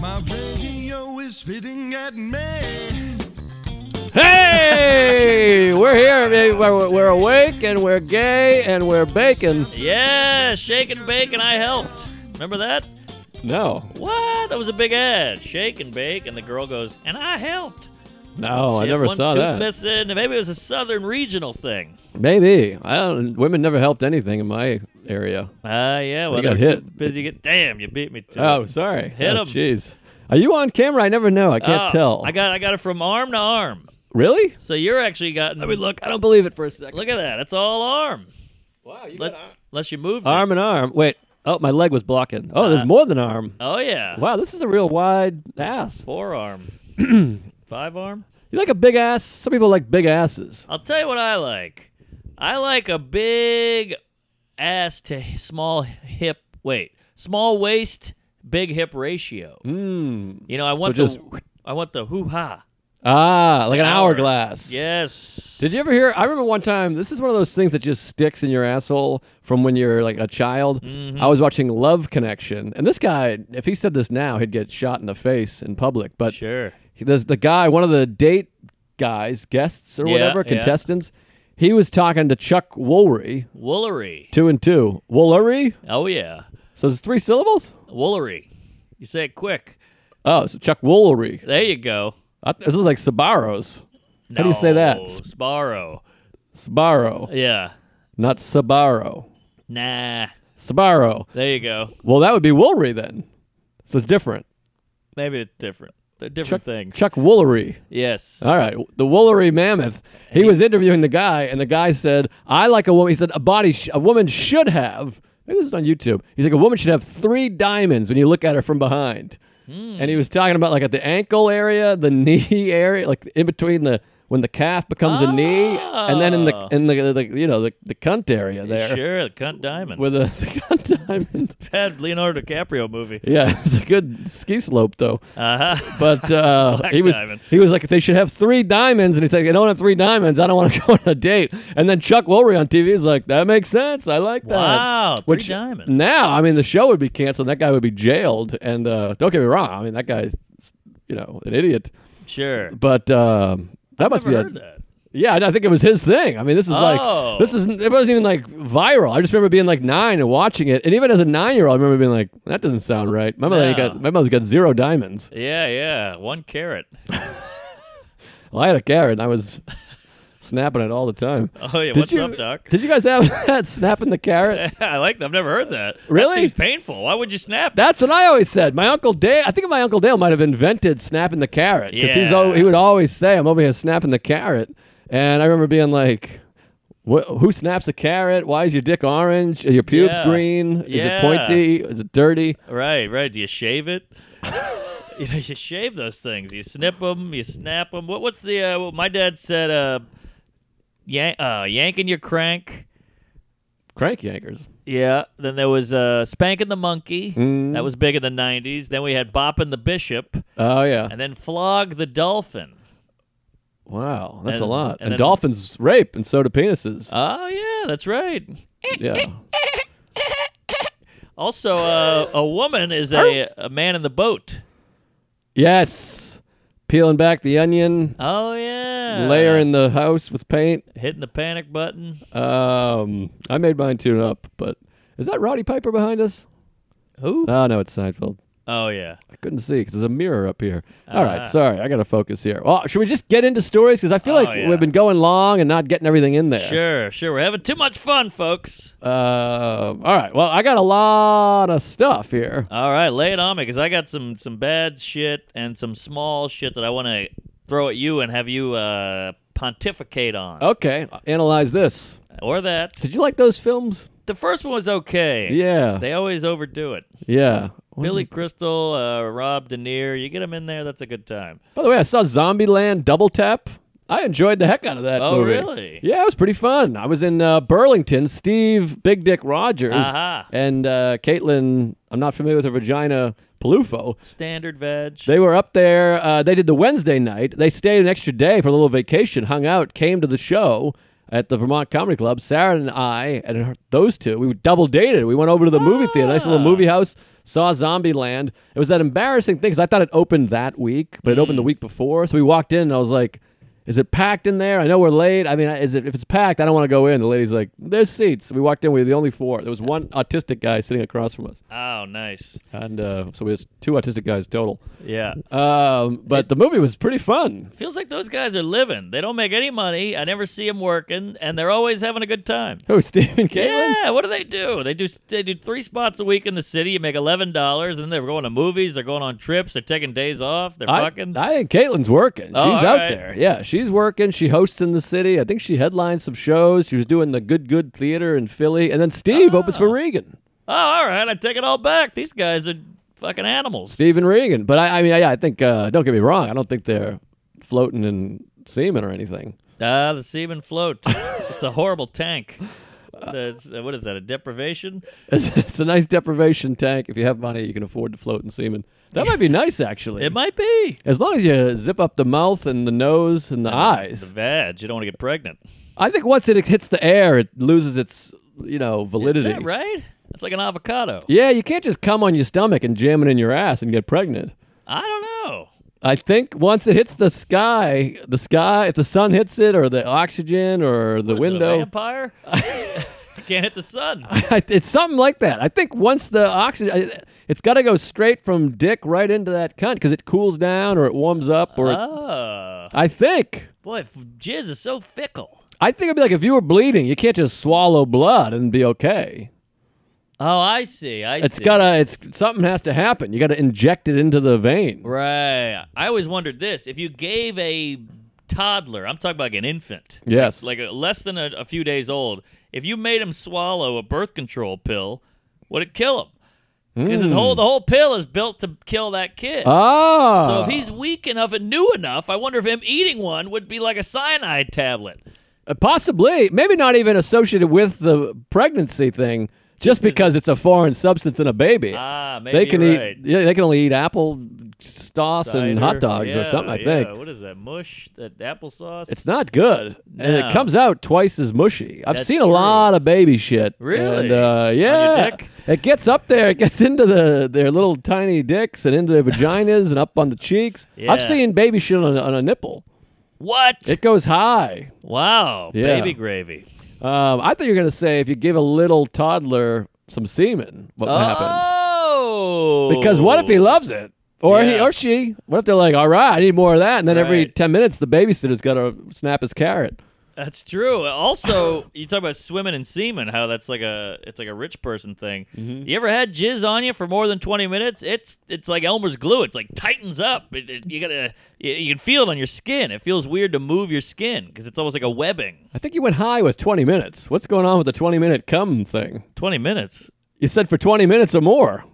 My radio is spitting at me. Hey, we're here. baby. We're, we're awake and we're gay and we're bacon. Yeah, shake and bake and I helped. Remember that? No, What? That was a big ad. Shake and bake, and the girl goes, and I helped. no, She Oh, I had never one saw tooth that. Missing. and Maybe it was a southern regional thing. Maybe I don't. Women never helped anything in my area. Ah, yeah. Well, You got they were too hit. Busy get. Damn, you beat me to. Oh, it. sorry. Hit oh, 'em. Jeez, are you on camera? I never know. I can't Oh, tell. I got I got it from arm to arm. really? So you're actually gotten. I don't believe it for a second. Look at that. It's all arm. Wow, you Let, unless you moved. it. arm and arm. Wait. Oh, my leg was blocking. Oh, there's Uh, more than arm. Oh yeah. Wow, this is a real wide ass. Forearm. Five arm. You like a big ass? Some people like big asses. I'll tell you what I like. I like a big ass to h- small hip. Wait, small waist, big hip ratio. Mmm. You know, I want just- the I want the hoo ha. Ah, like an Hour. hourglass. Yes. Did you ever hear? I remember one time. This is one of those things that just sticks in your asshole from when you're like a child. I was watching Love Connection, and this guy, if he said this now, he'd get shot in the face in public. But Sure. he, there's the guy, one of the date guys, guests or Yeah, whatever, yeah. contestants. He was talking to Chuck Woolery, Woolery. two and two. Woolery? Oh yeah. So it's three syllables? Woolery. You say it quick. Oh, so Chuck Woolery. There you go. I, this is like Sabaros. How do you say that? No, Sparrow. Sabaro, Yeah. not Sabaro. Nah. Sabaro. There you go. Well, that would be Woolery then. So it's different. Maybe it's different. They're different things. Chuck Woolery. yes. All right, the Woolery Mammoth. He was interviewing the guy, and the guy said, "I like a woman." He said, "A body, sh- a woman should have." Maybe this is on YouTube. He's like, "A woman should have three diamonds when you look at her from behind." Hmm. And he was talking about like at the ankle area, the knee area, like in between the when the calf becomes a knee, and then in the Ah. in the, the you know the, the cunt area there Sure, the cunt diamond. with a the cunt diamond. that Leonardo DiCaprio movie. Yeah, it's a good ski slope though. Uh-huh. But uh, Black he was diamond. he was like they should have three diamonds, and he's like they don't have three diamonds. I don't want to go on a date. And then Chuck Woolery on TV is like that makes sense. I like that. Wow, three diamonds. Now I mean the show would be canceled. That guy would be jailed. And uh, don't get me wrong. I mean that guy's you know an idiot. Sure. But um, that must Never be a, heard that. yeah. I think it was his thing. I mean this is Oh. like this is it wasn't even like viral. I just remember being like nine and watching it. And even as a nine year old, I remember being like that doesn't sound right. My mother No. got my mother's got zero diamonds. Yeah, yeah. One carrot. Well, I had a carrot and I was snapping it all the time. Oh yeah. Did What's you- up, Doc? Did you guys have that snapping the carrot? I like that. I've never heard that. Really? That seems painful. Why would you snap? That's what I always said. My uncle Dale, I think my uncle Dale might have invented snapping the carrot because he's al- Yeah. he would always say, "I'm over here snapping the carrot," and I remember being like. "Wh- Who snaps a carrot? Why is your dick orange? Are your pubes Yeah. green? Is it Yeah. pointy? Is it dirty? Right, right. Do you shave it? you know, you shave those things. You snip them. You snap them. What? What's the? Uh, what my dad said. Uh, yank, uh, yanking your crank. Crank yankers. Yeah. Then there was uh, spanking the monkey. Mm. That was big in the '90s. Then we had bopping the bishop, Oh yeah. and then flog the dolphin. Wow, that's a and- lot. and And, then- dolphins rape, and so do penises. Oh yeah, that's right. yeah. Also, uh, a woman is a, a man in the boat. Yes. Peeling back the onion. Oh yeah. layer in the house with paint. hitting the panic button. Um, I made mine tune up, but is that Roddy Piper behind us? Who? Oh no, it's Seinfeld. Oh yeah. I couldn't see because there's a mirror up here. All right, Ah. sorry, I gotta focus here. Well, should we just get into stories? Because I feel Oh, like yeah. we've been going long and not getting everything in there. Sure, sure. We're having too much fun, folks. Um, all right. Well, I got a lot of stuff here. All right, lay it on me because I got some some bad shit and some small shit that I want to throw at you and have you uh, pontificate on Okay, analyze this. or that. Did you like those films? The first one was okay. Yeah. They always overdo it. Yeah. What is Billy it? Crystal, uh, Rob De Niro. You get them in there, that's a good time. By the way, I saw Zombieland Double Tap. I enjoyed the heck out of that Oh, movie. really? Yeah, it was pretty fun. I was in uh, Burlington. Steve Big Dick Rogers Aha. and uh, Caitlin. I'm not familiar with her vagina. Palufo. Standard veg. They were up there. Uh, they did the Wednesday night. They stayed an extra day for a little vacation, hung out, came to the show at the Vermont Comedy Club. Sarah and I, and her, those two, we double dated. We went over to the movie theater, nice little movie house, saw Zombieland. It was that embarrassing thing because I thought it opened that week, but it opened the week before. So we walked in, and I was like, is it packed in there? I know we're late. I mean, is it if it's packed, I don't want to go in. The lady's like, "There's seats." We walked in. We were the only four. There was one autistic guy sitting across from us, oh, nice. and uh, so we was two autistic guys total. Yeah. Um, but the movie was pretty fun. Feels like those guys are living. They don't make any money. I never see them working, and they're always having a good time. Who, Stephen Caitlin? Yeah, what do they do? They do they do three spots a week in the city. You make eleven dollars, and they're going to movies. They're going on trips. They're taking days off. They're I, fucking. I think Caitlin's working. Oh, she's all out right. there. Yeah, she's working. She hosts in the city. I think she headlines some shows. She was doing the Good Good Theater in Philly. And then Steve opens for Regan. oh, all right. I take it all back. These guys are fucking animals. Steven Regan. But I, I mean, yeah, I think, uh, don't get me wrong, I don't think they're floating in semen or anything. Ah, the seamen float. it's a horrible tank. That's- uh, what is that? A deprivation? It's, it's a nice deprivation tank. If you have money, you can afford to float in semen. That might be nice, actually. It might be. as long as you zip up the mouth and the nose and the eyes. It's a vag. You don't want to get pregnant. I think once it hits the air, it loses its you know Is validity. that right? It's like an avocado. Yeah, you can't just come on your stomach and jam it in your ass and get pregnant. I don't know. I think once it hits the sky, the sky, if the sun hits it or the oxygen or the What is it, a window, vampire? Can't hit the sun. it's something like that. I think once the oxygen, it's got to go straight from dick right into that cunt because it cools down or it warms up or. it- Oh. I think. Boy, f- jizz is so fickle. I think it'd be like if you were bleeding, you can't just swallow blood and be okay. Oh, I see. I It's see. gotta. It's something has to happen. You gotta inject it into the vein. Right. I always wondered this. If you gave a toddler, I'm talking about like an infant, Yes. like a, less than a, a few days old, if you made him swallow a birth control pill, would it kill him? Because his Hmm. whole the whole pill is built to kill that kid. oh. so if he's weak enough and new enough, I wonder if him eating one would be like a cyanide tablet. Uh, possibly, maybe not even associated with the pregnancy thing, just because it's a foreign substance in a baby. Ah, maybe they can you're right. eat. Yeah, they can only eat apple sauce and Cider. hot dogs or something. I Yeah, think yeah. What is that mush? That applesauce? it's not good, and No. it comes out twice as mushy. I've That's seen a true. lot of baby shit. And, Really? uh, On your yeah. dick? It gets up there. It gets into the their little tiny dicks and into their vaginas and up on the cheeks. Yeah. I've seen baby shit on, a- on a nipple. what? It goes high. wow, Yeah. baby gravy. Um, I thought you were gonna say if you give a little toddler some semen, what happens? Oh, Because what if he loves it, or he Yeah. or she? What if they're like, "All right, I need more of that," and then every Right. ten minutes the babysitter's gotta snap his carrot. That's true. Also, you talk about swimming in semen. How that's like a it's like a rich person thing. Mm-hmm. You ever had jizz on you for more than twenty minutes? It's it's like Elmer's glue. It's like tightens up. It, it- you gotta you, you can feel it on your skin. It feels weird to move your skin because it's almost like a webbing. I think you went high with twenty minutes. What's going on with the twenty minute cum thing? Twenty minutes. You said for twenty minutes or more.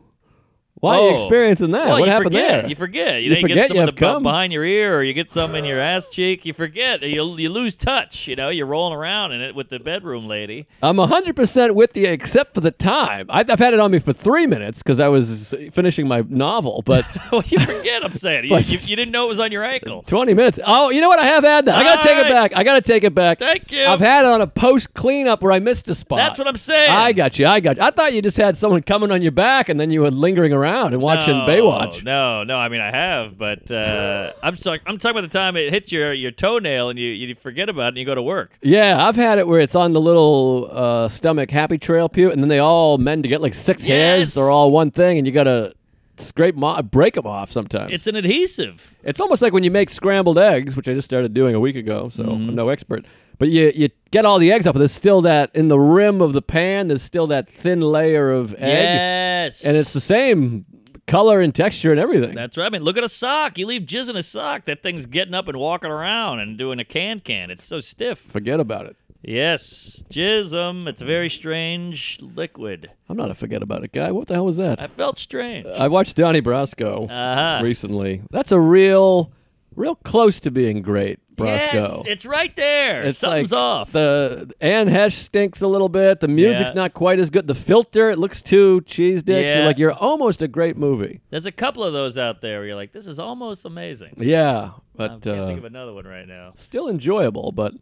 Why are you Oh. experiencing that? Well, what you happened forget. there? You forget. You, You know, forget get some you in have the bu- cum. behind your ear, or you get some in your ass cheek. You forget. You you lose touch. You know, you're rolling around in it with the bedroom lady. I'm 100% with you, except for the time. I've, I've had it on me for three minutes because I was finishing my novel, but well, you forget. I'm saying you, But- you, you didn't know it was on your ankle. 20 minutes. Oh, you know what? I have had that. I got to All take it right. back. I got to take it back. Thank you. I've had it on a post cleanup where I missed a spot. That's what I'm saying. I got you. I got you. I thought you just had someone coming on your back and then you were lingering around and watching no, Baywatch. No, no. I mean, I have, but uh, I'm talking. I'm talking about the time it hits your your toenail and you you forget about it and you go to work. Yeah, I've had it where it's on the little uh, stomach happy trail pew and then they all mend to get like six hairs. Yes. They're all one thing and you got to scrape them off, break them off sometimes. It's an adhesive. It's almost like when you make scrambled eggs, which I just started doing a week ago, so Mm-hmm. I'm no expert. But you you get all the eggs up, but there's still that in the rim of the pan. There's still that thin layer of egg, Yes. and it's the same color and texture and everything. That's right. I mean, look at a sock. You leave jizz in a sock. That thing's getting up and walking around and doing a can can. It's so stiff. Forget about it. Yes, jism. It's a very strange liquid. I'm not a forget about it guy. What the hell was that? I felt strange. I watched Donnie Brasco Uh-huh. recently. That's a real, real close to being great, Yes, Brasco. it's right there. It's Something's like off. The Anne Hesh stinks a little bit. The music's Yeah. not quite as good. The filter, it looks too cheese dicks. You're Yeah. like, you're almost a great movie. There's a couple of those out there where you're like, this is almost amazing. Yeah, I but can't think uh, of another one right now. still enjoyable. But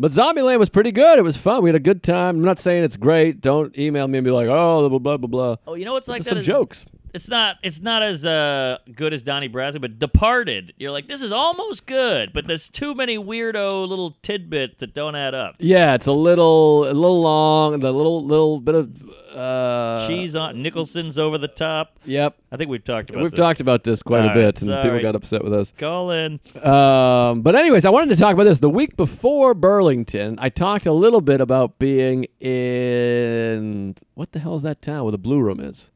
but Zombieland was pretty good. It was fun. We had a good time. I'm not saying it's great. Don't email me and be like, oh, blah blah blah blah. Oh, you know what's like There's that? some is- jokes. It's not. It's not as uh, good as Donnie Brasco, but Departed. You're like, this is almost good, but there's too many weirdo little tidbits that don't add up. Yeah, it's a little a little long. The little little bit of uh, Cheese on Nicholson's over the top. Yep. I think we've talked about. We've this. talked about this quite a All bit, right, and people sorry. got upset with us. Call in. Um, but anyways, I wanted to talk about this. The week before Burlington, I talked a little bit about being in what the hell is that town where the blue room is?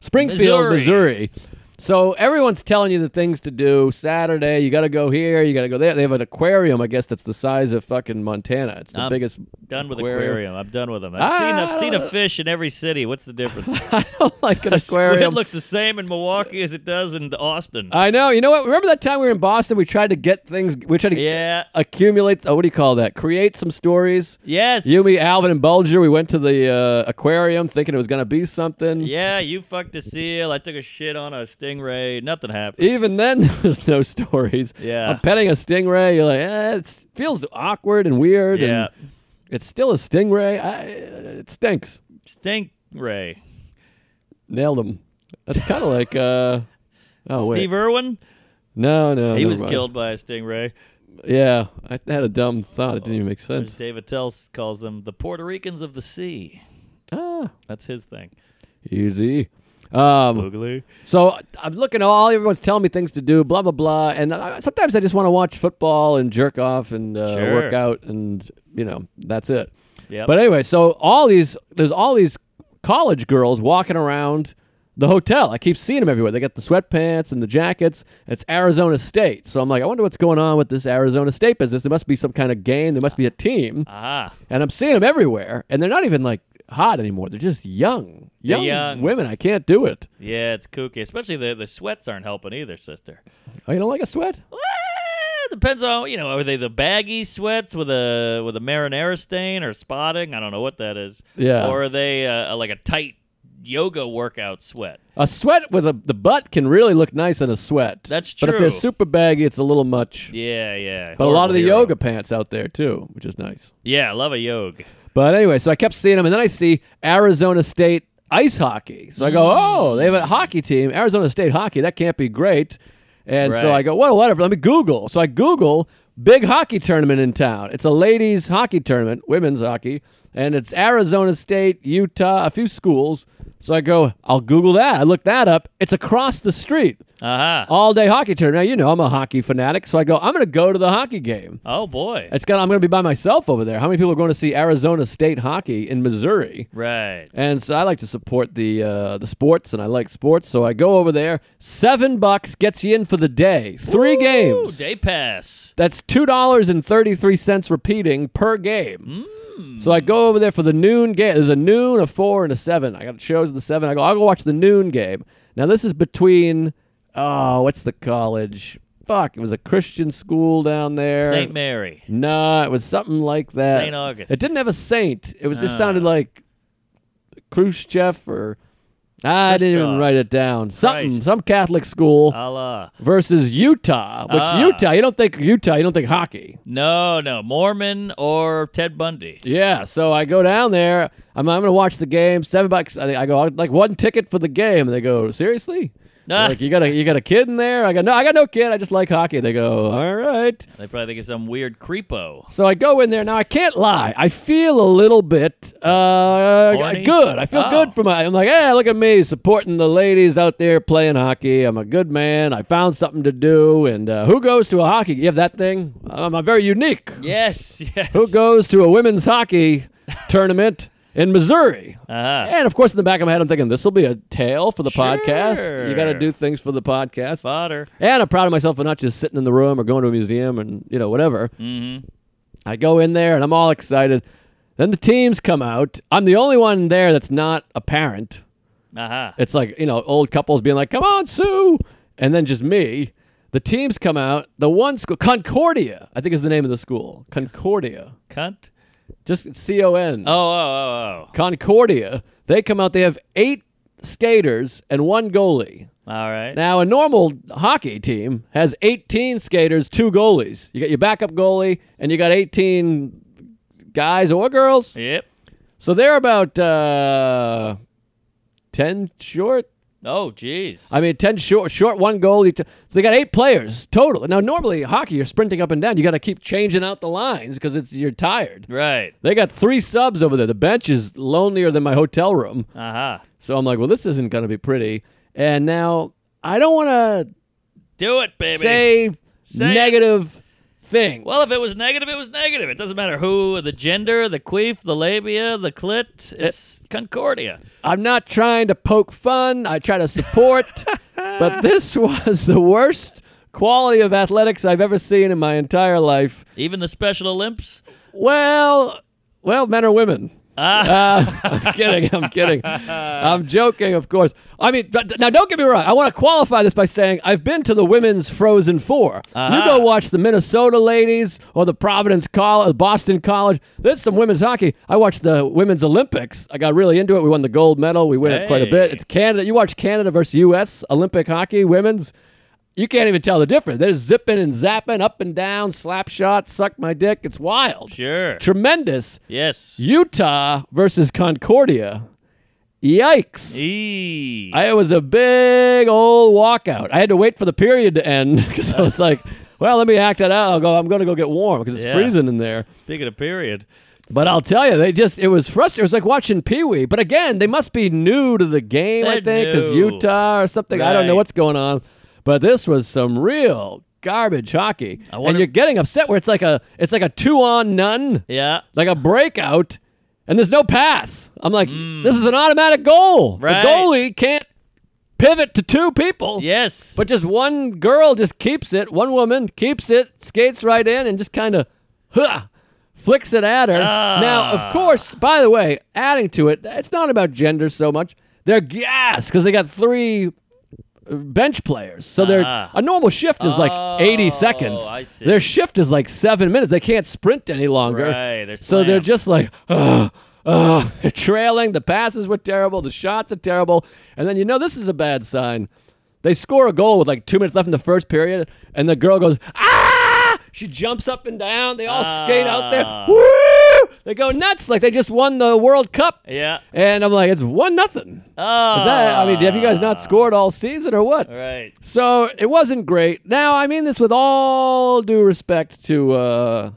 Springfield, Missouri. Missouri. So everyone's telling you the things to do. Saturday, you got to go here, you got to go there. They have an aquarium, I guess, that's the size of fucking Montana. It's the I'm biggest. Done with aquarium. aquarium. I'm done with them. I've seen. Ah. I've seen a fish in every city. What's the difference? I don't like an A squid aquarium. Ah! looks the same in Milwaukee as it does in Austin. I know. You know what? Remember that time we were in Boston? We tried to get things. We tried to yeah. accumulate. Oh, what do you call that? Create some stories. Yes. You, me, Alvin, and Bulger. We went to the uh, aquarium thinking it was gonna be something. Yeah, you fucked a seal. I took a shit on a stingray. Nothing happened. Even then, there's no stories. Yeah. I'm petting a stingray. You're like, eh, it feels awkward and weird. Yeah. And it's still a stingray. I, it stinks. Stingray. Nailed him. That's kind of like. Uh, oh wait. Steve Irwin? No, no. He never was mind. killed by a stingray. Yeah, I had a dumb thought. It didn't even make As sense. Dave Attell s- calls them the Puerto Ricans of the sea. Ah, That's his thing. easy. Um, Boogly. So I'm looking. All everyone's telling me things to do. Blah blah blah. And I, sometimes I just want to watch football and jerk off and uh, Sure. work out, and you know that's it. Yep. But anyway, so all these there's all these college girls walking around the hotel. I keep seeing them everywhere. They got the sweatpants and the jackets. It's Arizona State. So I'm like, I wonder what's going on with this Arizona State business. There must be some kind of game. There must be a team. Aha. And I'm seeing them everywhere. And they're not even like hot anymore. They're just young, They're young, young. women. I can't do it. Yeah, it's kooky. Especially the, the sweats aren't helping either, sister. Oh, you don't like a sweat? Well, depends on, you know, are they the baggy sweats with a with a marinara stain or spotting? I don't know what that is. Yeah. Or are they uh, like a tight yoga workout sweat? A sweat with a the butt can really look nice in a sweat. That's But if they're true. super baggy, it's a little much. Yeah, yeah. But a lot Horrible of the hero. yoga pants out there too, which is nice. Yeah, I love a yoga. But anyway, so I kept seeing them, and then I see Arizona State ice hockey. So I go, oh, they have a hockey team, Arizona State hockey. That can't be great. And so Right. I go, well, whatever. Let me Google. So I Google big hockey tournament in town. It's a ladies' hockey tournament, women's hockey, and it's Arizona State, Utah, a few schools. So I go, I'll Google that. I look that up. It's across the street, Aha. all day hockey tournament. Now you know I'm a hockey fanatic, so I go, I'm going to go to the hockey game. Oh boy. It's gonna, I'm going to be by myself over there. How many people are going to see Arizona State hockey in Missouri? Right. And so I like to support the uh, the sports, and I like sports, so I go over there. Seven bucks gets you in for the day, three Ooh, games. day pass. That's two dollars and thirty three cents repeating per game. So I go over there for the noon game. There's a noon, a four, and a seven. I got shows at the seven. I go. I'll go watch the noon game. Now this is between. Oh, what's the college? Fuck! It was a Christian school down there. St. Mary. No, it was something like that. Saint August. Ah. It didn't have a saint. It was just sounded like Khrushchev or I didn't even Christoph. write it down. Something, Christ. some Catholic school Allah. versus Utah. Which Ah. Utah? You don't think Utah? You don't think hockey? No, no. Mormon or Ted Bundy. Yeah. So I go down there. I'm, I'm gonna watch the game. Seven bucks. I, think- I go "I'd like one ticket for the game. And they go seriously? They're Ah. Like you got a you got a kid in there? I go no, I got no kid. I just like hockey. They go all right. They probably think it's some weird creepo. So I go in there. Now I can't lie. I feel a little bit uh, Horny? good. I feel Oh. good for my. I'm like, hey, look at me supporting the ladies out there playing hockey. I'm a good man. I found something to do. And uh, who goes to a hockey? You have that thing. I'm a very unique. Yes, yes. Who goes to a women's hockey tournament in Missouri? Uh-huh. And of course, in the back of my head, I'm thinking this will be a tale for the podcast. You got to Sure. do things for the podcast. Fodder. And I'm proud of myself for not just sitting in the room or going to a museum and you know whatever. Mm-hmm. I go in there and I'm all excited. Then the teams come out. I'm the only one there that's not a parent. Uh-huh. It's like, you know, old couples being like, come on, Sue. And then just me. The teams come out. The one school, Concordia, I think is the name of the school. Concordia. Cunt. Just C O N. Oh, oh, oh, Concordia. They come out. They have eight skaters and one goalie. oh. All right. Now, a normal hockey team has 18 skaters, two goalies. You got your backup goalie, and you got 18 guys or girls. yep. So they're about uh, 10 short. Oh, jeez. I mean, 10 short, short one goalie. T- so they got eight players total. Now, normally hockey, you're sprinting up and down. You got to keep changing out the lines because it's you're tired. right. They got three subs over there. The bench is lonelier than my hotel room. Uh-huh. So I'm like, well, this isn't going to be pretty. And now I don't want to Do it, baby. say, Say it. negative thing. well, if it was negative, it was negative. It doesn't matter who, the gender, the queef, the labia, the clit. Eh. It's Concordia. I'm not trying to poke fun. I try to support, but this was the worst quality of athletics I've ever seen in my entire life. Even the Special Olymps. Well, well, men or women. Uh, I'm kidding. I'm kidding. I'm joking, of course. I mean, but- now don't get me wrong. I want to qualify this by saying I've been to the women's Frozen 4 You go watch the Minnesota ladies or the Providence College, Boston College. There's some women's hockey. I watched the women's Olympics. I got really into it. We won the gold medal. We win it quite a bit. Hey. It's Canada. You watch Canada versus U.S. Olympic hockey women's. You can't even tell the difference. They're zipping and zapping, up and down, slap shot, suck my dick. It's wild Sure. tremendous. Yes. Utah versus Concordia. Yikes. Eee. I, it was a big old walkout. I had to wait for the period to end because I was like, well, let me act that out. I'll go, I'm going to go get warm because it's Yeah. freezing in there. Speaking of period. But I'll tell you, they just, it was frustrating. It was like watching Pee Wee. But again, they must be new to the game, I They're think, because new. Utah or something. I don't know Right. what's going on. But this was some real garbage hockey. and wonder- you're getting upset where it's like a, it's like a two on none Yeah. like a breakout, and there's no pass. I'm like, this is an automatic goal. Mm. Right. The goalie can't pivot to two people. Yes. But just one girl just keeps it. One woman keeps it, skates right in, and just kind of huh, flicks it at her. Now, Ah. of course, by the way, adding to it, it's not about gender so much. They're gassed because they got three uh, bench players. So they're Ah. Oh, a normal shift is like 80 seconds. I see. Their shift is like seven minutes. They can't sprint any longer. Right, they're so they're slammed. just like, ugh, ugh. They're trailing. The passes were terrible. The shots are terrible. And then you know this is a bad sign. They score a goal with like two minutes left in the first period, and the girl goes, ah! She jumps up and down. They all skate out Ah. there. Woo! They go nuts like they just won the World Cup. yeah. And I'm like, it's one nothing. Oh. Is that, I mean, have you guys not scored all season or what? Ah, Right. So it wasn't great. Now I mean this with all due respect to uh,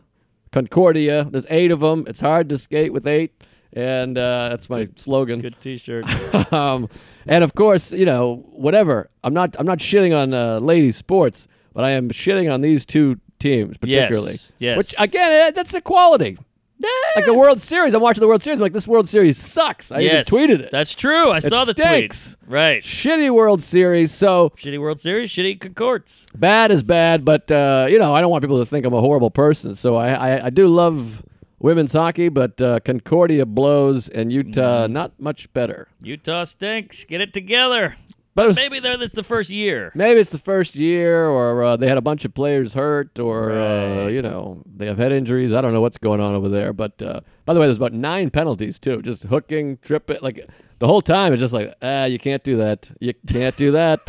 Concordia. There's eight of them. It's hard to skate with eight, and uh, that's my slogan. Good T-shirt. um, and of course, you know, whatever. I'm not. I'm not shitting on uh, ladies sports, but I am shitting on these two teams particularly. yes. Which again, eh, that's equality. Like the World Series, I'm watching the World Series. I'm like, this World Series sucks. I yes. even tweeted it. That's true. I saw the stinks. tweets. Right. Shitty World Series. So Shitty World Series. Shitty Concords. bad is bad, but uh, you know, I don't want people to think I'm a horrible person. So I, I, I do love women's hockey, but uh, Concordia blows and Utah not much better. Utah stinks. Get it together. But it was, maybe, Maybe they're this the first year. it's the first year, or uh, they had a bunch of players hurt, or uh, you know, they have head injuries. I don't know what's going on over there. But uh, by the way, there's about nine penalties too, just hooking, tripping, like. The whole time it's just like, ah, you can't do that. You can't do that.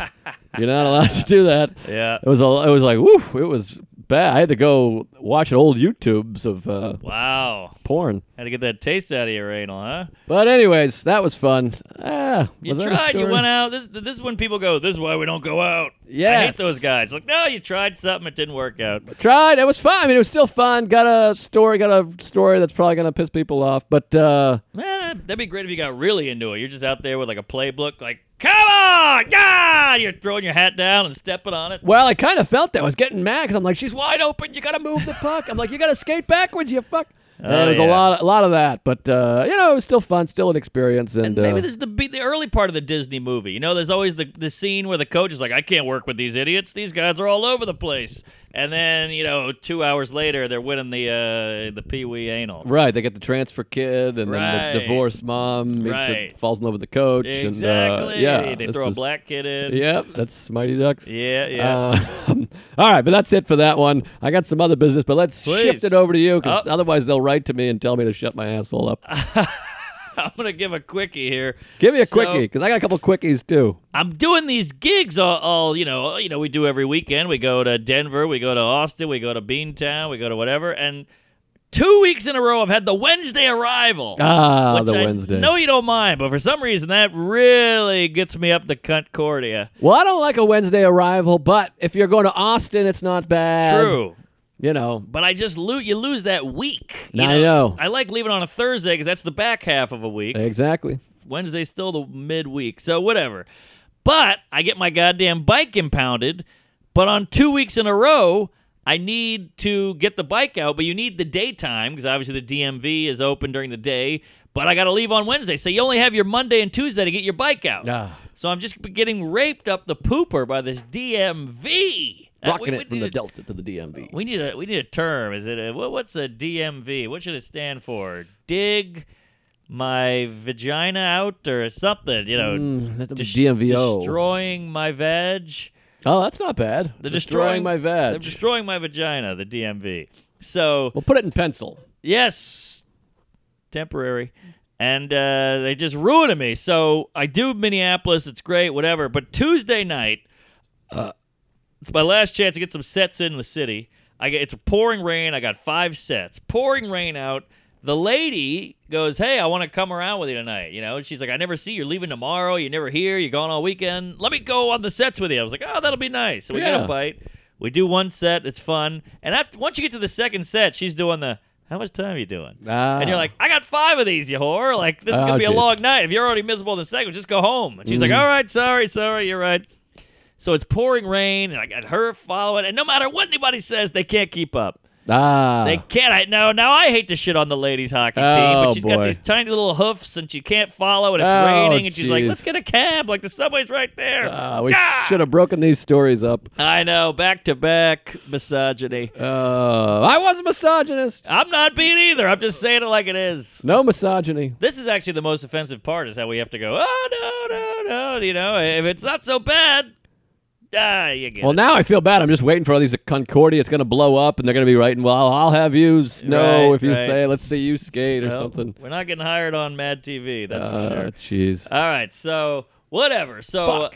You're not allowed to do that. Yeah. It was a, it was like woof. It was bad. I had to go watch old YouTubes of uh, Wow. porn. Had to get that taste out of your anal, huh? But anyways, that was fun. Ah, You was that a tried. You story? went out. This this is when people go. This is why we don't go out. I Yes. hate those guys. Like, no, you tried something. It didn't work out. Tried. It was fun. I mean, it was still fun. Got a story. Got a story that's probably gonna piss people off. But uh, Eh, that'd be great if you got really into it. You're just out there with like a playbook. Like, come on, God! You're throwing your hat down and stepping on it. well, I kind of felt that. I was getting mad because I'm like, she's wide open. You gotta move the puck. I'm like, you gotta skate backwards. You fuck. And there was a Oh, yeah. lot, a lot of that, but uh, you know, it was still fun, still an experience, and, And uh, maybe this is the be- the early part of the Disney movie. You know, there's always the the scene where the coach is like, "I can't work with these idiots. These guys are all over the place." And then you know, two hours later, they're winning the uh, the Pee Wee anal. right, they get the transfer kid, and then the Right. divorced mom meets a- Right. falls in love with the coach, and Exactly. uh, yeah, they this throw a is- black kid in. Yep, that's Mighty Ducks. Yeah, yeah. Um, all right, but that's it for that one. I got some other business, but let's shift Please. it over to you because Oh. otherwise they'll write to me and tell me to shut my asshole up. I'm gonna give a quickie here. Give me a So, quickie because I got a couple quickies too. I'm doing these gigs all, all you know, you know, we do every weekend. We go to Denver, we go to Austin, we go to Beantown, we go to whatever, and two weeks in a row I've had the Wednesday arrival. Ah, which the I Wednesday. No, you don't mind, but for some reason that really gets me up the Concordia. well, I don't like a Wednesday arrival, but if you're going to Austin, it's not bad. True. You know, But I just lose you lose that week. You No, I know. I like leaving on a Thursday because that's the back half of a week. exactly. Wednesday's still the midweek, so whatever. But I get my goddamn bike impounded. But on two weeks in a row, I need to get the bike out. But you need the daytime because obviously the DMV is open during the day. But I got to leave on Wednesday, so you only have your Monday and Tuesday to get your bike out. Ah. So I'm just getting raped up the pooper by this DMV. Uh, we- Rocking we it from need the to- Delta to the DMV. we need a we need a term. Is it a, what, what's a DMV? What should it stand for? Dig my vagina out or something? You know, Mm, that'd be des- DMVO. destroying my veg. oh, that's not bad. The destroying, my They're veg. destroying my vagina. The DMV. So Well, put it in pencil. yes, temporary. And uh, they just ruining me. So I do Minneapolis. It's great, whatever. But Tuesday night, uh, it's my last chance to get some sets in the city. I get, it's pouring rain. I got five sets. Pouring rain out. The lady goes, "Hey, I want to come around with you tonight." You know, and she's like, "I never see you. You're leaving tomorrow. You're never here. You're gone all weekend. Let me go on the sets with you." I was like, "Oh, that'll be nice." So we get Yeah. a bite. We do one set. It's fun. And that once you get to the second set, she's doing the, "How much time you doing?" Ah. And you're like, I got five of these, you whore. Like, this is Oh, going to be jeez. Mm-hmm. a long night. If you're already miserable in the second, just go home. And she's like, all right, sorry, sorry, you're right. So it's pouring rain, and I got her following. And no matter what anybody says, they can't keep up. ah, They can't. I know. Now I hate to shit on the ladies' hockey team, Oh, but she's got boy. these tiny little hoofs, and she can't follow, and it's Oh, raining, and she's like, jeez. let's get a cab. Like, the subway's right there. Ah, we Ah! should have broken these stories up. I know. Back to back misogyny. Uh, I was a misogynist. I'm not being either. I'm just saying it like it is. No misogyny. This is actually the most offensive part is how we have to go, oh, no, no, no. You know, if it's not so bad, ah, you get Well, it. now I feel bad. I'm just waiting for all these Concordia. It's going to blow up, and they're going to be writing, well, I'll have you snow Right, if you right. say, let's see you skate or Well, something. We're not getting hired on Mad TV, that's for Uh, sure. Jeez. All right, so whatever. So uh,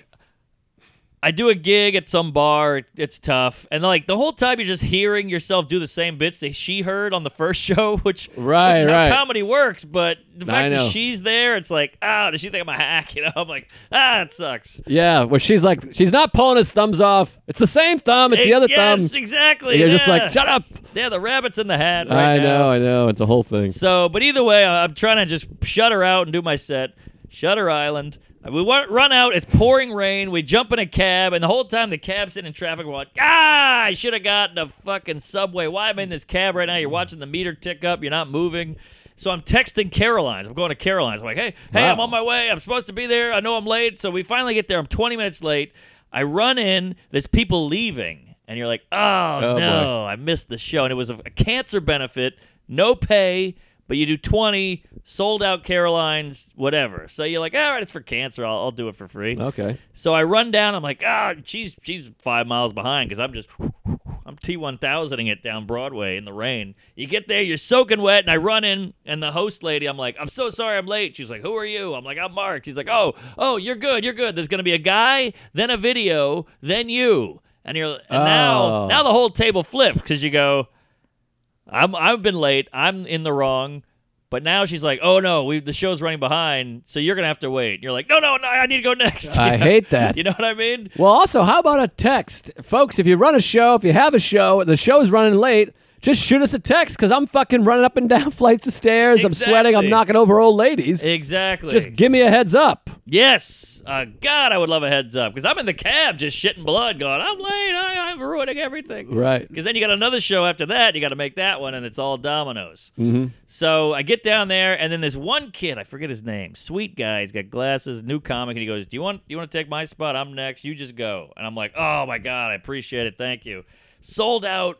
I do a gig at some bar. It's tough, and like the whole time you're just hearing yourself do the same bits that she heard on the first show, which Right, which is right. How comedy works, but I the fact know. that she's there, it's like, oh, does she think I'm a hack? You know, I'm like, ah, it sucks. Yeah, well, she's like, she's not pulling his thumbs off. It's the same thumb. It's the Eh, other yes, thumb. exactly. And you're just yeah. like, shut up. Yeah, the rabbit's in the hat. Right I now. know, I know. It's a whole thing. So, but either way, I- I'm trying to just shut her out and do my set. Shutter Island. Uh, We wa- run out. It's pouring rain. We jump in a cab, and the whole time the cab's sitting in traffic. We're like, ah, I should have gotten a fucking subway. Why am I in this cab right now? You're watching the meter tick up. You're not moving. So I'm texting Caroline's. I'm going to Caroline's. I'm like, hey, hey, I'm Wow. on my way. I'm supposed to be there. I know I'm late. So we finally get there. I'm 20 minutes late. I run in. There's people leaving, and you're like, oh, Oh, boy. no. Oh, I missed the show, and it was a, a cancer benefit, no pay, but you do twenty sold out Carolines, whatever. So you're like, all right, it's for cancer. I'll, I'll do it for free. Okay. So I run down. I'm like, ah, she's she's five miles behind because I'm just I'm T1000ing it down Broadway in the rain. You get there, you're soaking wet, and I run in, and the host lady, I'm like, I'm so sorry, I'm late. She's like, Who are you? I'm like, I'm Mark. She's like, Oh, oh, you're good, you're good. There's gonna be a guy, then a video, then you, and you're and Oh. now now the whole table flips because you go, I'm I've been late. I'm in the wrong. But now she's like, "Oh no, we the show's running behind, so you're gonna have to wait." You're like, "No, no, no, I need to go next." I You know? hate that. You know what I mean? Well, also, how about a text? Folks, if you run a show, if you have a show, the show's running late, Just shoot us a text because I'm fucking running up and down flights of stairs. I'm sweating. I'm Exactly. knocking over old ladies. Exactly. Just give me a heads up. yes. Uh, God, I would love a heads up because I'm in the cab just shitting blood, going, I'm late. I, I'm ruining everything. Right. Because then you got another show after that. You got to make that one, and it's all dominoes. Mm-hmm. So I get down there, and then this one kid, I forget his name, sweet guy, he's got glasses, new comic, and he goes, "Do you want do you want to take my spot? I'm next. You just go." And I'm like, "Oh my god, I appreciate it. Thank you." Sold out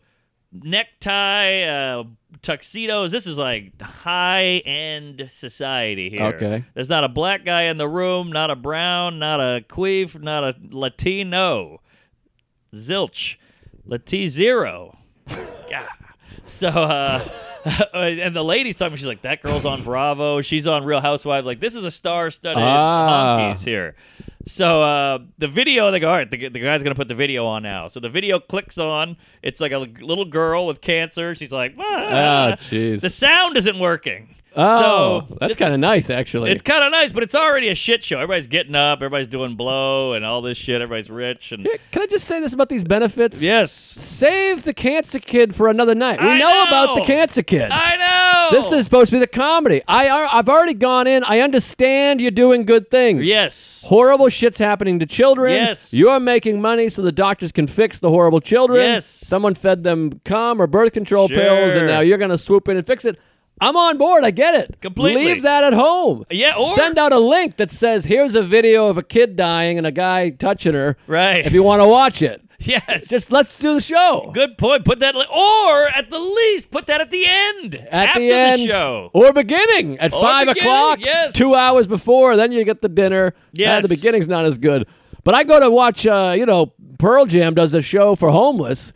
necktie, uh, tuxedos. This is like high end society here. Okay. There's not a black guy in the room, not a brown, not a queef, not a Latino. Zilch. Lati zero. God. So, uh, and the lady's talking, she's like, that girl's on Bravo. She's on Real Housewives. Like, this is a star studded Ah. honkies here. So, uh, the video, they go, all right, the, the guy's going to put the video on now. So the video clicks on. It's like a little girl with cancer. She's like, ah. Oh, jeez. The sound isn't working. oh, so that's kind of nice, actually. it's kind of nice, but it's already a shit show. Everybody's getting up, everybody's doing blow and all this shit. Everybody's rich and Here, Can I just say this about these benefits? yes, Save the cancer kid for another night. We I know! about the cancer kid. I know. This is supposed to be the comedy. I are, I've already gone in. I understand you're doing good things. yes, Horrible shit's happening to children. Yes. You're making money so the doctors can fix the horrible children. Yes. Someone fed them cum or birth control Sure. pills, and now you're going to swoop in and fix it. I'm on board. I get it. Completely. Leave that at home. Yeah, or- Send out a link that says, here's a video of a kid dying and a guy touching her. right. If you want to watch it, yes, just let's do the show. good point. Put that, li- or at the least, put that at the end at after the end show. or beginning at Or five beginning, o'clock, yes. two hours before. Then you get the dinner. Yeah, Yes. the beginning's not as good. But I go to watch. Uh, you know, Pearl Jam does a show for homeless.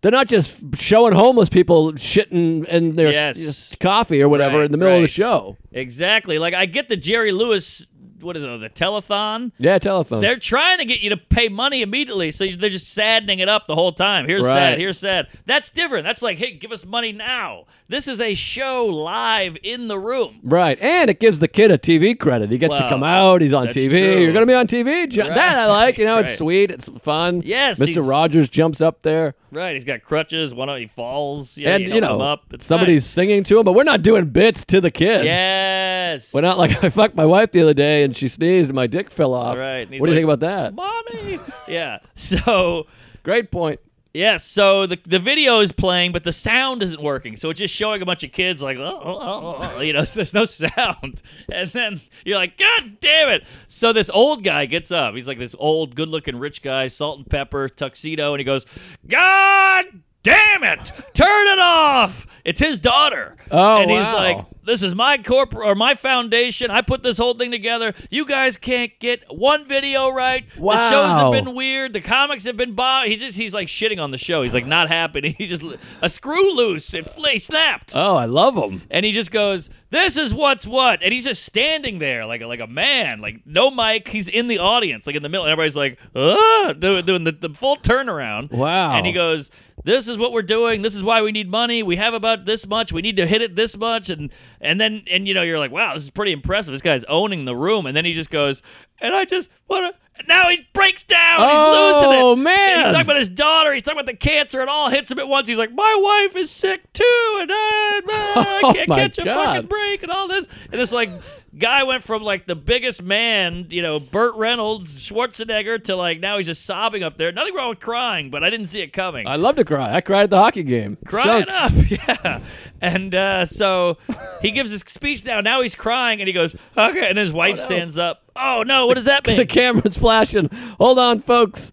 They're not just showing homeless people shitting in their Yes. s- coffee or whatever Right, in the middle of the right. show. Exactly. Like I get the Jerry Lewis. What is it? The telethon. Yeah, telephone. They're trying to get you to pay money immediately, so they're just saddening it up the whole time. Here's Right. sad, here's sad. That's different. That's like, hey, give us money now. This is a show live in the room. Right, and it gives the kid a TV credit. He gets to Wow. come out. He's on That's TV. true. You're gonna be on TV. Jo- Right, That I like. You know, it's right. sweet. It's fun. Yes, Mr. he's- Rogers jumps up there. Right? He's got crutches. One of he falls. Yeah, and you help know, him up. It's somebody's nice. singing to him, but we're not doing bits to the kid. Yes. We're not like I fucked my wife the other day and she sneezed and my dick fell off. Right, and he's What do you think like, about that? mommy. yeah. So Great point. Yeah, so the the video is playing, but the sound isn't working. So it's just showing a bunch of kids like, oh, oh, oh, oh," you know, so there's no sound. And then you're like, God damn it! So this old guy gets up. He's like this old, good-looking rich guy, salt and pepper, tuxedo, and he goes, God damn it! Turn it off! It's his daughter. Oh, and he's wow. like, this is my corp or my foundation. I put this whole thing together. You guys can't get one video right. The shows Wow. have been weird. The comics have been bombed. He just he's like shitting on the show. He's like not happy. He just a screw loose. It fl- he snapped. Oh, I love him. and he just goes, "This is what's what," and he's just standing there like a, like a man, like no mic. He's in the audience, like in the middle. Everybody's like, "Ah," doing, doing the, the full turnaround. Wow. And he goes, "This is what we're doing. This is why we need money. We have about this much. We need to hit it this much." And and then and you know you're like, "Wow, this is pretty impressive. This guy's owning the room." And then he just goes, "And I just want to." Now he breaks down. he's losing it. Oh, man. He's talking about his daughter. He's talking about the cancer. It all hits him at once. He's like, "My wife is sick too, and I, I Oh, can't my catch a God. fucking break and all this. And this like guy went from like the biggest man, you know, Burt Reynolds, Schwarzenegger, to like now he's just sobbing up there. Nothing wrong with crying, but I didn't see it coming. I love to cry. I cried at the hockey game. Crying Stunk. up, yeah. And uh, so he gives his speech now. Now he's crying, and he goes, "Okay." And his wife stands up. Oh no! What does that mean? The camera's flashing. Hold on, folks.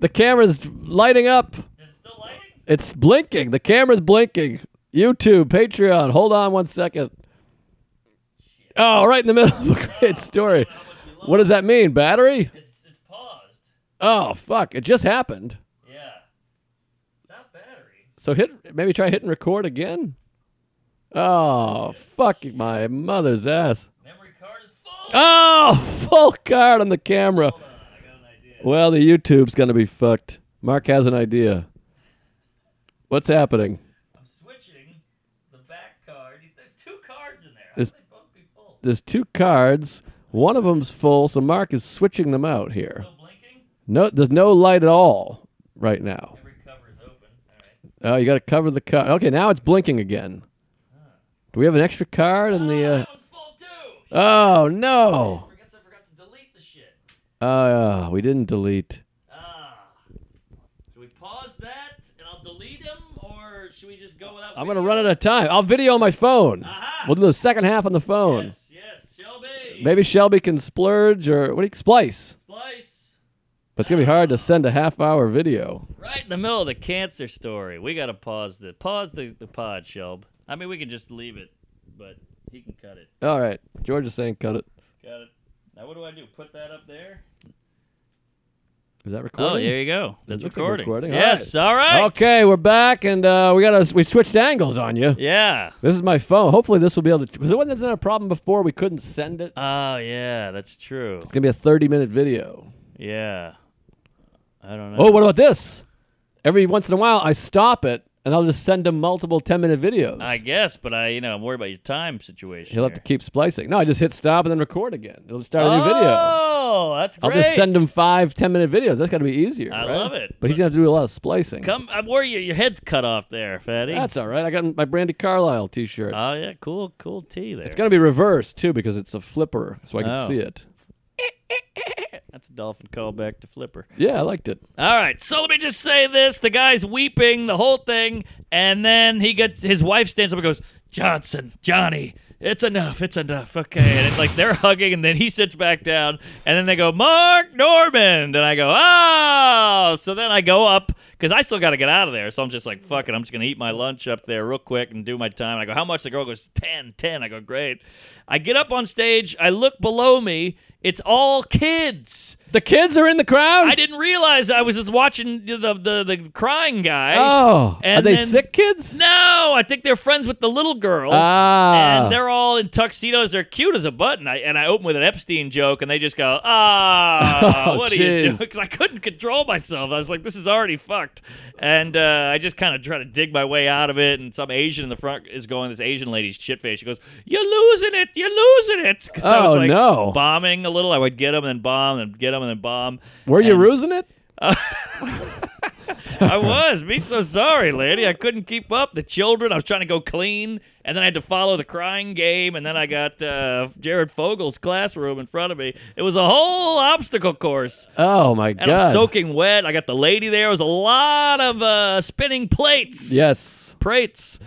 The camera's lighting up. It's still lighting? It's blinking. The camera's blinking. YouTube, Patreon. Hold on one second. Oh, right in the middle of a great story. What does that mean? Battery? It's, it's paused. Oh, fuck. It just happened. Yeah. Not battery. So hit maybe try hitting record again. Oh fuck my mother's ass! Memory card is full. Oh, full card on the camera. Well, the YouTube's gonna be fucked. Mark has an idea. What's happening? I'm switching the back card. There's two cards in there. How Is- can they both be full? There's two cards. One of them's full, so Mark is switching them out here. Still blinking? No, there's no light at all right now. Every cover is open. All right. Oh, you got to cover the card. Okay, now it's blinking again. Do we have an extra card in the? Ah, one's full too. Uh... Oh no! I guess I forgot to delete the shit. Uh, we didn't delete. Ah. Should we pause that and I'll delete them, or should we just go without? I'm gonna run out of time. I'll video my phone. We'll do the second half on the phone. Yes, yes, Shelby. Maybe Shelby can splurge or what do you splice? Splice. But it's gonna be hard to send a half hour video. Right in the middle of the cancer story. We gotta pause the pause the, the pod, Shelb. I mean, we can just leave it, but he can cut it. All right, George is saying cut it. Got it. Now what do I do? Put that up there. Is that recording? Oh, there you go. That's looks like recording. recording. All Yes. All right. Okay, we're back and uh, we got to we switched angles on you. Yeah. This is my phone. Hopefully this will be able to. Was it one that's not a problem before? We couldn't send it. Oh yeah, that's true. It's gonna be a 30 minute video. Yeah. I don't know. Oh, what about this? Every once in a while, I stop it and I'll just send him multiple 10 minute videos. I guess, but I, you know, I'm worried about your time situation. He'll have to here. keep splicing. No, I just hit stop and then record again. It'll start a new video. Oh, that's I'll great. just send him five, ten minute videos. That's got to be easier. I right? love it. But he's gonna have to do a lot of splicing. Come, I'm worried your, your head's cut off there, fatty. That's all right. I got my Brandy Carlisle T-shirt. oh yeah, cool, cool tea there. it's gonna be reversed too because it's a flipper, so I can Oh. see it. that's a dolphin callback to Flipper. Yeah, I liked it. All right, so let me just say this: the guy's weeping, the whole thing, and then he gets his wife stands up and goes, "Johnson, Johnny, it's enough, it's enough, okay." And it's like they're hugging, and then he sits back down, and then they go, "Mark Norman," and I go, "Oh!" So then I go up because I still got to get out of there, so I'm just like, "Fuck it," I'm just gonna eat my lunch up there real quick and do my time. And I go, "How much?" The girl goes, 10, 10. I go, "Great." I get up on stage, I look below me, it's all kids. The kids are in the crowd. I didn't realize I was just watching the the, the crying guy. Oh, are And they then- sick kids? No, I think they're friends with the little girl. Ah, And they're all in tuxedos. They're cute as a button. I, and I open with an Epstein joke, and they just go, "Ah, Oh, what are you doing?" jeez. Because I couldn't control myself. I was like, "This is already fucked," and uh, I just kind of try to dig my way out of it. And some Asian in the front is going, "This Asian lady's shit face." She goes, "You're losing it. You're losing it." 'Cause I Oh, was like no. bombing a little. I would get them and bomb, and get them and then bomb. were you and- losing it? I was. Be so sorry, lady. I couldn't keep up. The children. I was trying to go clean, and then I had to follow the crying game, and then I got uh, Jared Fogel's classroom in front of me. It was a whole obstacle course, Oh my and I'm god. soaking wet. I got the lady there. It was a lot of uh, spinning plates. yes. plates.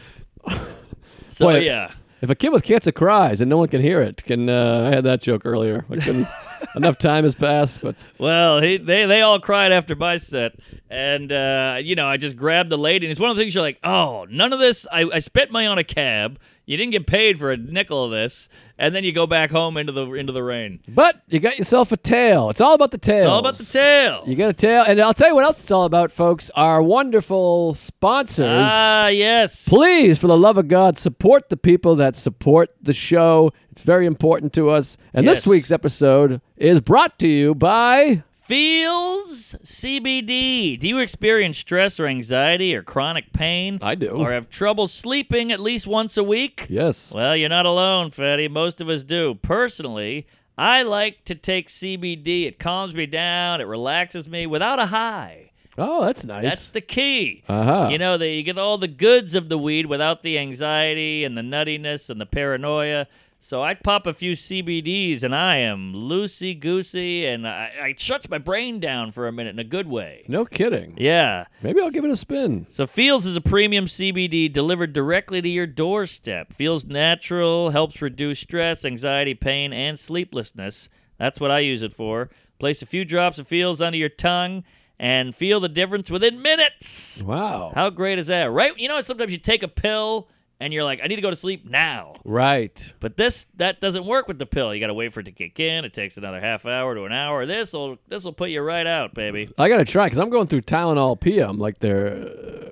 So Boy, yeah. If a kid with cancer cries and no one can hear it, can uh, I had that joke earlier? I couldn't. enough time has passed, but Well, he, they they all cried after my set, and uh, you know I just grabbed the lady, and it's one of the things you're like, oh, none of this. I, I spent money on a cab. You didn't get paid for a nickel of this, and then you go back home into the into the rain. but you got yourself a tail. It's all about the tail. It's all about the tail. You got a tail, and I'll tell you what else it's all about, folks. Our wonderful sponsors. ah yes. Please, for the love of God, support the people that support the show. It's very important to us. And Yes. this week's episode is brought to you by. Feels CBD. Do you experience stress or anxiety or chronic pain? I do. Or have trouble sleeping at least once a week? Yes. Well, you're not alone, Fatty. Most of us do. Personally, I like to take CBD. It calms me down, it relaxes me without a high. Oh, that's nice. That's the key. Uh-huh. You know, that you get all the goods of the weed without the anxiety and the nuttiness and the paranoia. So I pop a few CBDs and I am loosey goosey and I, I it shuts my brain down for a minute in a good way. no kidding. Yeah. Maybe I'll give it a spin. So Feels is a premium CBD delivered directly to your doorstep. Feels natural, helps reduce stress, anxiety, pain, and sleeplessness. That's what I use it for. Place a few drops of Feels under your tongue and feel the difference within minutes. Wow. How great is that? Right? You know, sometimes you take a pill and you're like, I need to go to sleep now. right. But this that doesn't work with the pill. You got to wait for it to kick in. It takes another half hour to an hour. This will this will put you right out, baby. I got to try because I'm going through Tylenol PM. Like they're.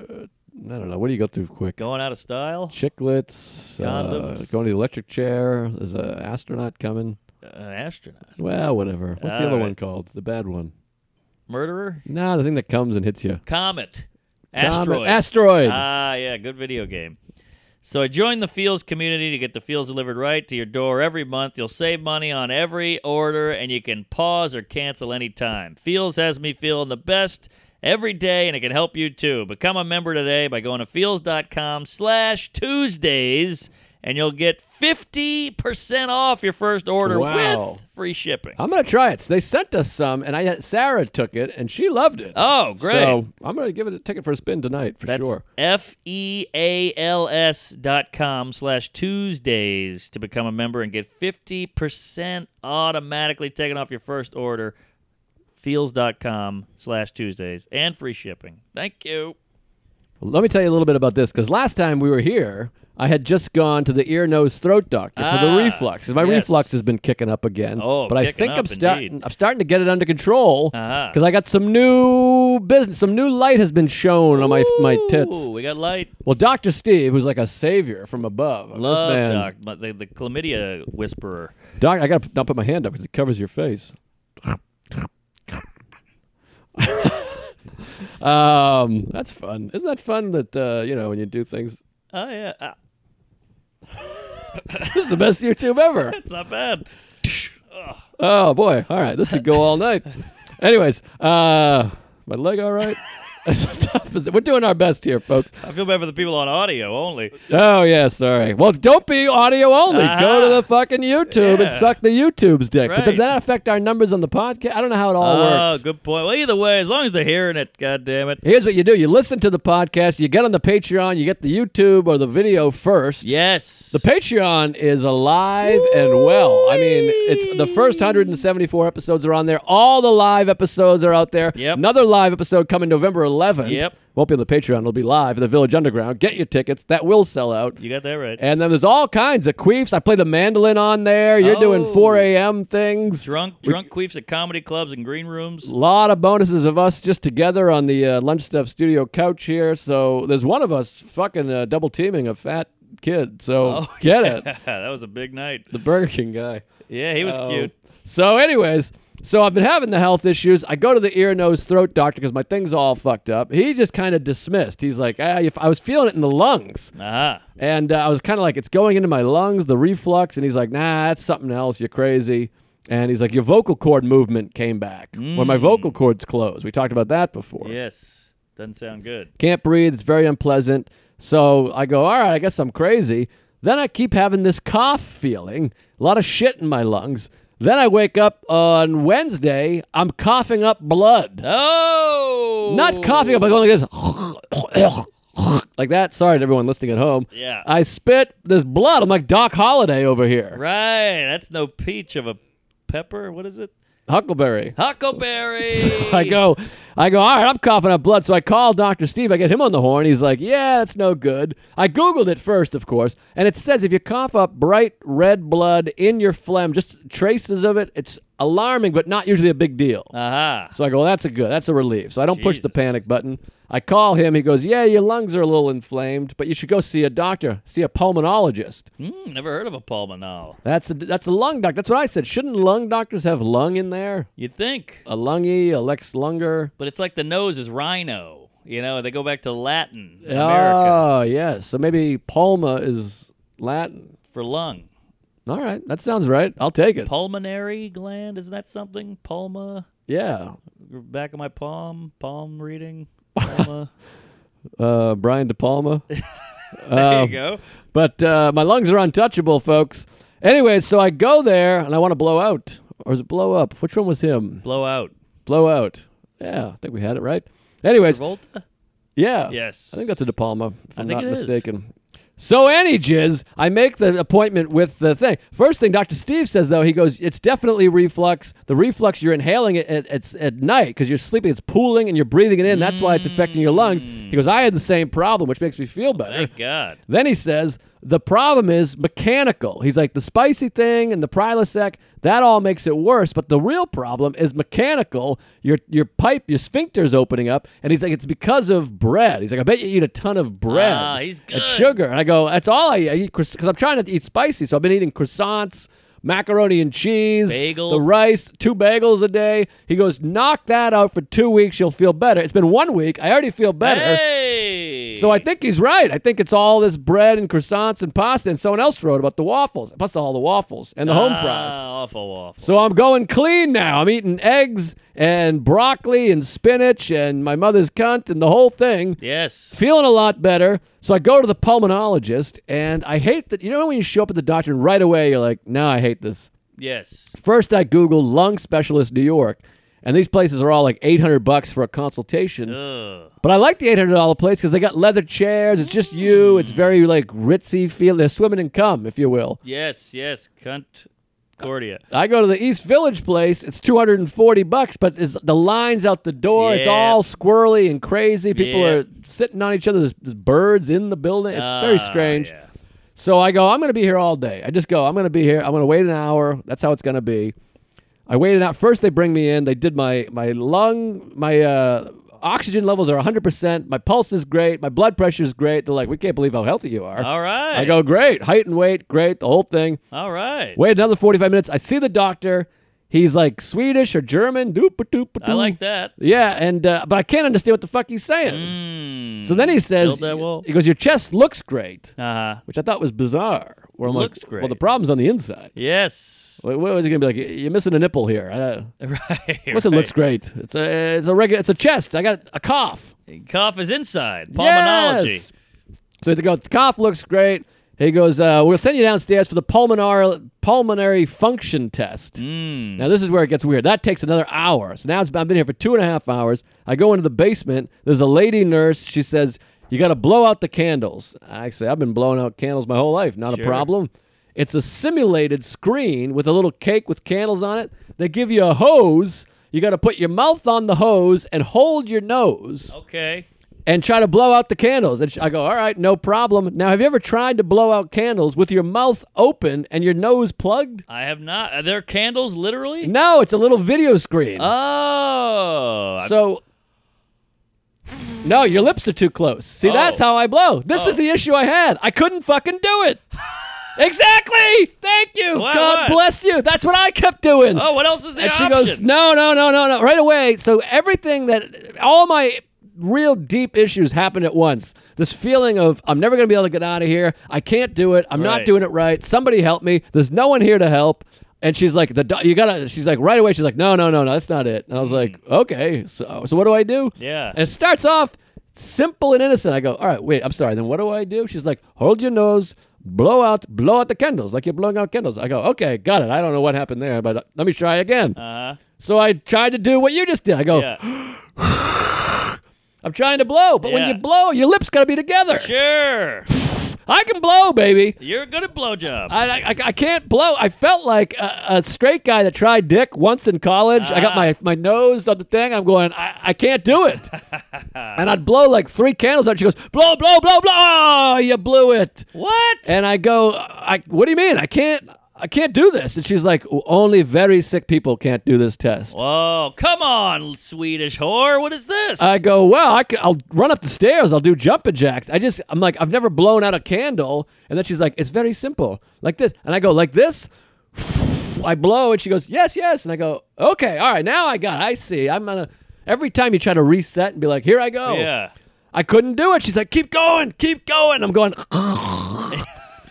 Uh, I don't know. What do you go through quick? Going out of style. Chiclets. Uh, Condoms. going to the electric chair. There's an astronaut coming. An Uh, astronaut. Well, whatever. What's the All other right. one called? The bad one. Murderer. Nah, the thing that comes and hits you. Comet. Comet- Asteroid. Asteroid. Ah, yeah, good video game. So I joined the Feels community to get the Feels delivered right to your door every month. You'll save money on every order, and you can pause or cancel anytime. Feels has me feeling the best, every day, and it can help you too. Become a member today by going to feels.com slash Tuesdays, and you'll get 50% off your first order Wow. with free shipping. I'm gonna try it. They sent us some, and I Sarah took it, and she loved it. Oh, great. So I'm gonna give it a ticket for a spin tonight for That's sure. F E A L S dot com slash Tuesdays to become a member and get 50% automatically taken off your first order. Feels.com slash Tuesdays and free shipping. Thank you. Let me tell you a little bit about this because last time we were here, I had just gone to the ear, nose, throat doctor for Ah, the reflux. 'cause My yes. reflux has been kicking up again. Oh, but I kicking think up I'm starting. indeed. I'm starting to get it under control Uh-huh. because I got some new business. Some new light has been shown on my my Ooh, tits. we got light. Well, Doctor Steve, who's like a savior from above, this Love man, doc, but the, the chlamydia whisperer. Doc, I gotta p- not put my hand up because it covers your face. um, that's fun. Isn't that fun that uh, you know when you do things? Oh, yeah. Ah, This is the best YouTube ever. it's not bad. Oh boy! All right, this could go all night. Anyways, uh, my leg all right? As tough as it- We're doing our best here, folks. I feel bad for the people on audio only. Oh yeah, sorry. Well, don't be audio only. Go to Ah. the fucking YouTube and Yeah. suck the YouTube's dick. But does Right. that affect our numbers on the podcast? I don't know how it all Oh, works. good point. Well, either way, as long as they're hearing it, God damn it. Here's what you do: you listen to the podcast, you get on the Patreon, you get the YouTube or the video first. Yes. The Patreon is alive and well. I mean, it's the first 174 episodes are on there. All the live episodes are out there. Yep. Another live episode coming November 11th. Yep. Won't be on the Patreon. It'll be live at the Village Underground. Get your tickets. That will sell out. you got that right. And then there's all kinds of queefs. I play the mandolin on there. You're doing Oh. 4 a.m. things. Drunk, drunk queefs at comedy clubs and green rooms. A lot of bonuses of us just together on the uh, lunch stuff studio couch here. So there's one of us fucking uh, double teaming a fat kid. So get it, Oh, that was a big night. the Burger King guy. Yeah, he was Oh. cute. So, anyways, so I've been having the health issues. I go to the ear, nose, throat doctor because my thing's all fucked up. He just kind of dismissed. He's like, ah, if I was feeling it in the lungs. Ah, And uh, I was kind of like, it's going into my lungs, the reflux. And he's like, nah, that's something else. You're crazy. And he's like, your vocal cord movement came back when my vocal cords closed. We talked about that before. yes. Doesn't sound good. Can't breathe. It's very unpleasant. So I go, all right, I guess I'm crazy. Then I keep having this cough feeling, a lot of shit in my lungs. Then I wake up on Wednesday, I'm coughing up blood. Oh, Not coughing up, I'm going like this. Like that. Sorry to everyone listening at home. Yeah. I spit this blood. I'm like Doc Holliday over here. Right, that's no peach of a pepper. What is it? Huckleberry. Huckleberry. I go, I go, all right, I'm coughing up blood. So I call Dr. Steve. I get him on the horn. He's like, yeah, that's no good. I Googled it first, of course. And it says if you cough up bright red blood in your phlegm, just traces of it, it's alarming, but not usually a big deal. Aha. So I go, well, that's a good, that's a relief. So I don't push the Jesus. panic button. I call him. He goes, yeah, your lungs are a little inflamed, but you should go see a doctor, see a pulmonologist. Mm, never heard of a pulmonal. That's a, that's a lung doctor. That's what I said. Shouldn't lung doctors have lung in there? You think, A lungy, a lex lunger. but it's like the nose is rhino. You know, they go back to Latin in America Oh, yes. So maybe palma is Latin. for lung. All right. That sounds right. I'll take it. Pulmonary gland, isn't that something? Pulma, yeah. back of my palm, palm reading. Pulma. Uh, Brian De Palma. there Um, you go. but uh, my lungs are untouchable, folks. Anyway, so I go there and I want to blow out. Or is it blow up? Which one was him? Blow out. Blow out. Yeah. I think we had it right. Anyways, Volta? yeah. Yes. I think that's a De Palma, if I'm think not it is. mistaken. So any jizz, I make the appointment with the thing. First thing Dr. Steve says though, he goes, "It's definitely reflux. The reflux you're inhaling it at, at, at night because you're sleeping, it's pooling and you're breathing it in. That's why it's affecting your lungs." He goes, "I had the same problem, which makes me feel better." Thank God. Then he says, the problem is mechanical. He's like, the spicy thing and the Prilosec, that all makes it worse. But the real problem is mechanical. Your your pipe, your sphincter's opening up. And he's like, it's because of bread. He's like, I bet you eat a ton of bread Ah, he's and good. sugar. And I go, that's all I eat. I eat because I'm trying not to eat spicy. So I've been eating croissants, macaroni and cheese, Bagel. the rice, two bagels a day. He goes, knock that out for two weeks. You'll feel better. It's been one week. I already feel better. Hey. Hey. So I think he's right. I think it's all this bread and croissants and pasta, and someone else wrote about the waffles, plus all the waffles and the home ah, fries. Awful waffle. So I'm going clean now. I'm eating eggs and broccoli and spinach and my mother's cunt and the whole thing. Yes. Feeling a lot better. So I go to the pulmonologist, and I hate that. You know when you show up at the doctor and right away you're like, "No, I hate this." Yes. First, I Googled lung specialist New York, and these places are all like 800 bucks for a consultation. Ugh. But I like the $800 place because they got leather chairs. It's just you. It's very like ritzy feel. They're swimming in cum, if you will. Yes. Yes. Cunt. Cordia. I go to the East Village place. It's 240 bucks, but it's, the lines out the door. It's Yeah. all squirrely and crazy. People Yeah. are sitting on each other. There's, there's birds in the building. It's very Ah, strange. yeah. So I go, I'm going to be here all day. I just go, I'm going to be here. I'm going to wait an hour. That's how it's going to be. I waited out. First, they bring me in. They did my my lung, my uh, oxygen levels are 100%. My pulse is great. My blood pressure is great. They're like, we can't believe how healthy you are. All right. I go, great. Height and weight, great. The whole thing. All right. Wait another 45 minutes. I see the doctor. He's like Swedish or German. Doop doop I like that. Yeah, and uh, but I can't understand what the fuck he's saying. Mm. So then he says, Build that wall. he goes, your chest looks great Uh huh. which I thought was bizarre. Where I'm Looks like, great. Well, the problem's on the inside. Yes. What what was he gonna be like? You're missing a nipple here. Uh, Right. what's it looks great? It's a it's a regular it's a chest. I got a cough. right. Cough is inside. Pulmonology. Yes! So they go. The cough looks great. He goes. Uh, we'll send you downstairs for the pulmonar pulmonary function test. Mm. Now this is where it gets weird. That takes another hour. So now it's, I've been here for two and a half hours. I go into the basement. There's a lady nurse. She says you got to blow out the candles. I say I've been blowing out candles my whole life. Not Sure. a problem. It's a simulated screen with a little cake with candles on it. They give you a hose. You got to put your mouth on the hose and hold your nose Okay. and try to blow out the candles. And sh- I go, all right, no problem. Now, have you ever tried to blow out candles with your mouth open and your nose plugged? I have not. Are there candles literally? No, it's a little video screen. Oh. I- So, no, your lips are too close. See, that's Oh. how I blow. This is Oh. the issue I had. I couldn't fucking do it. exactly. Thank you. Why God what? bless you. That's what I kept doing. oh, what else is the and she option? goes, no, no, no, no, no, right away. So everything that, all my real deep issues happened at once. This feeling of I'm never going to be able to get out of here. I can't do it. I'm not Right. doing it right. Somebody help me. There's no one here to help. And she's like, the do- you gotta. She's like, right away. She's like, no, no, no, no, that's not it. And I was Hmm. like, okay, so so what do I do? Yeah. And it starts off simple and innocent. I go, all right, wait, I'm sorry. Then what do I do? She's like, hold your nose, blow out, blow out the candles, like you're blowing out candles. I go, okay, got it. I don't know what happened there, but uh, let me try again. Uh-huh. So I tried to do what you just did. I go, Yeah. I'm trying to blow, but when Yeah. you blow, your lips gotta be together. Sure. I can blow, baby. You're good at blowjob. I, I, I- I can't blow. I felt like a, a straight guy that tried dick once in college. I got Ah. my, my nose on the thing. I'm going, I, I can't do it. and I'd blow like three candles out. She goes, blow, blow, blow, blow. Oh, you blew it. what? And I go, I, what do you mean? I can't, I can't do this. And she's like, only very sick people can't do this test. Whoa. Come on, Swedish whore. What is this? I go, well, I will run up the stairs. I'll do jumping jacks. I just, I'm like, I've never blown out a candle. And then she's like, it's very simple, like this. And I go, like this. I blow, and she goes, yes, yes. And I go, okay, all right, now I got, it. I see. I'm gonna. Every time you try to reset and be like, here I go. Yeah. I couldn't do it. She's like, keep going, keep going. I'm going.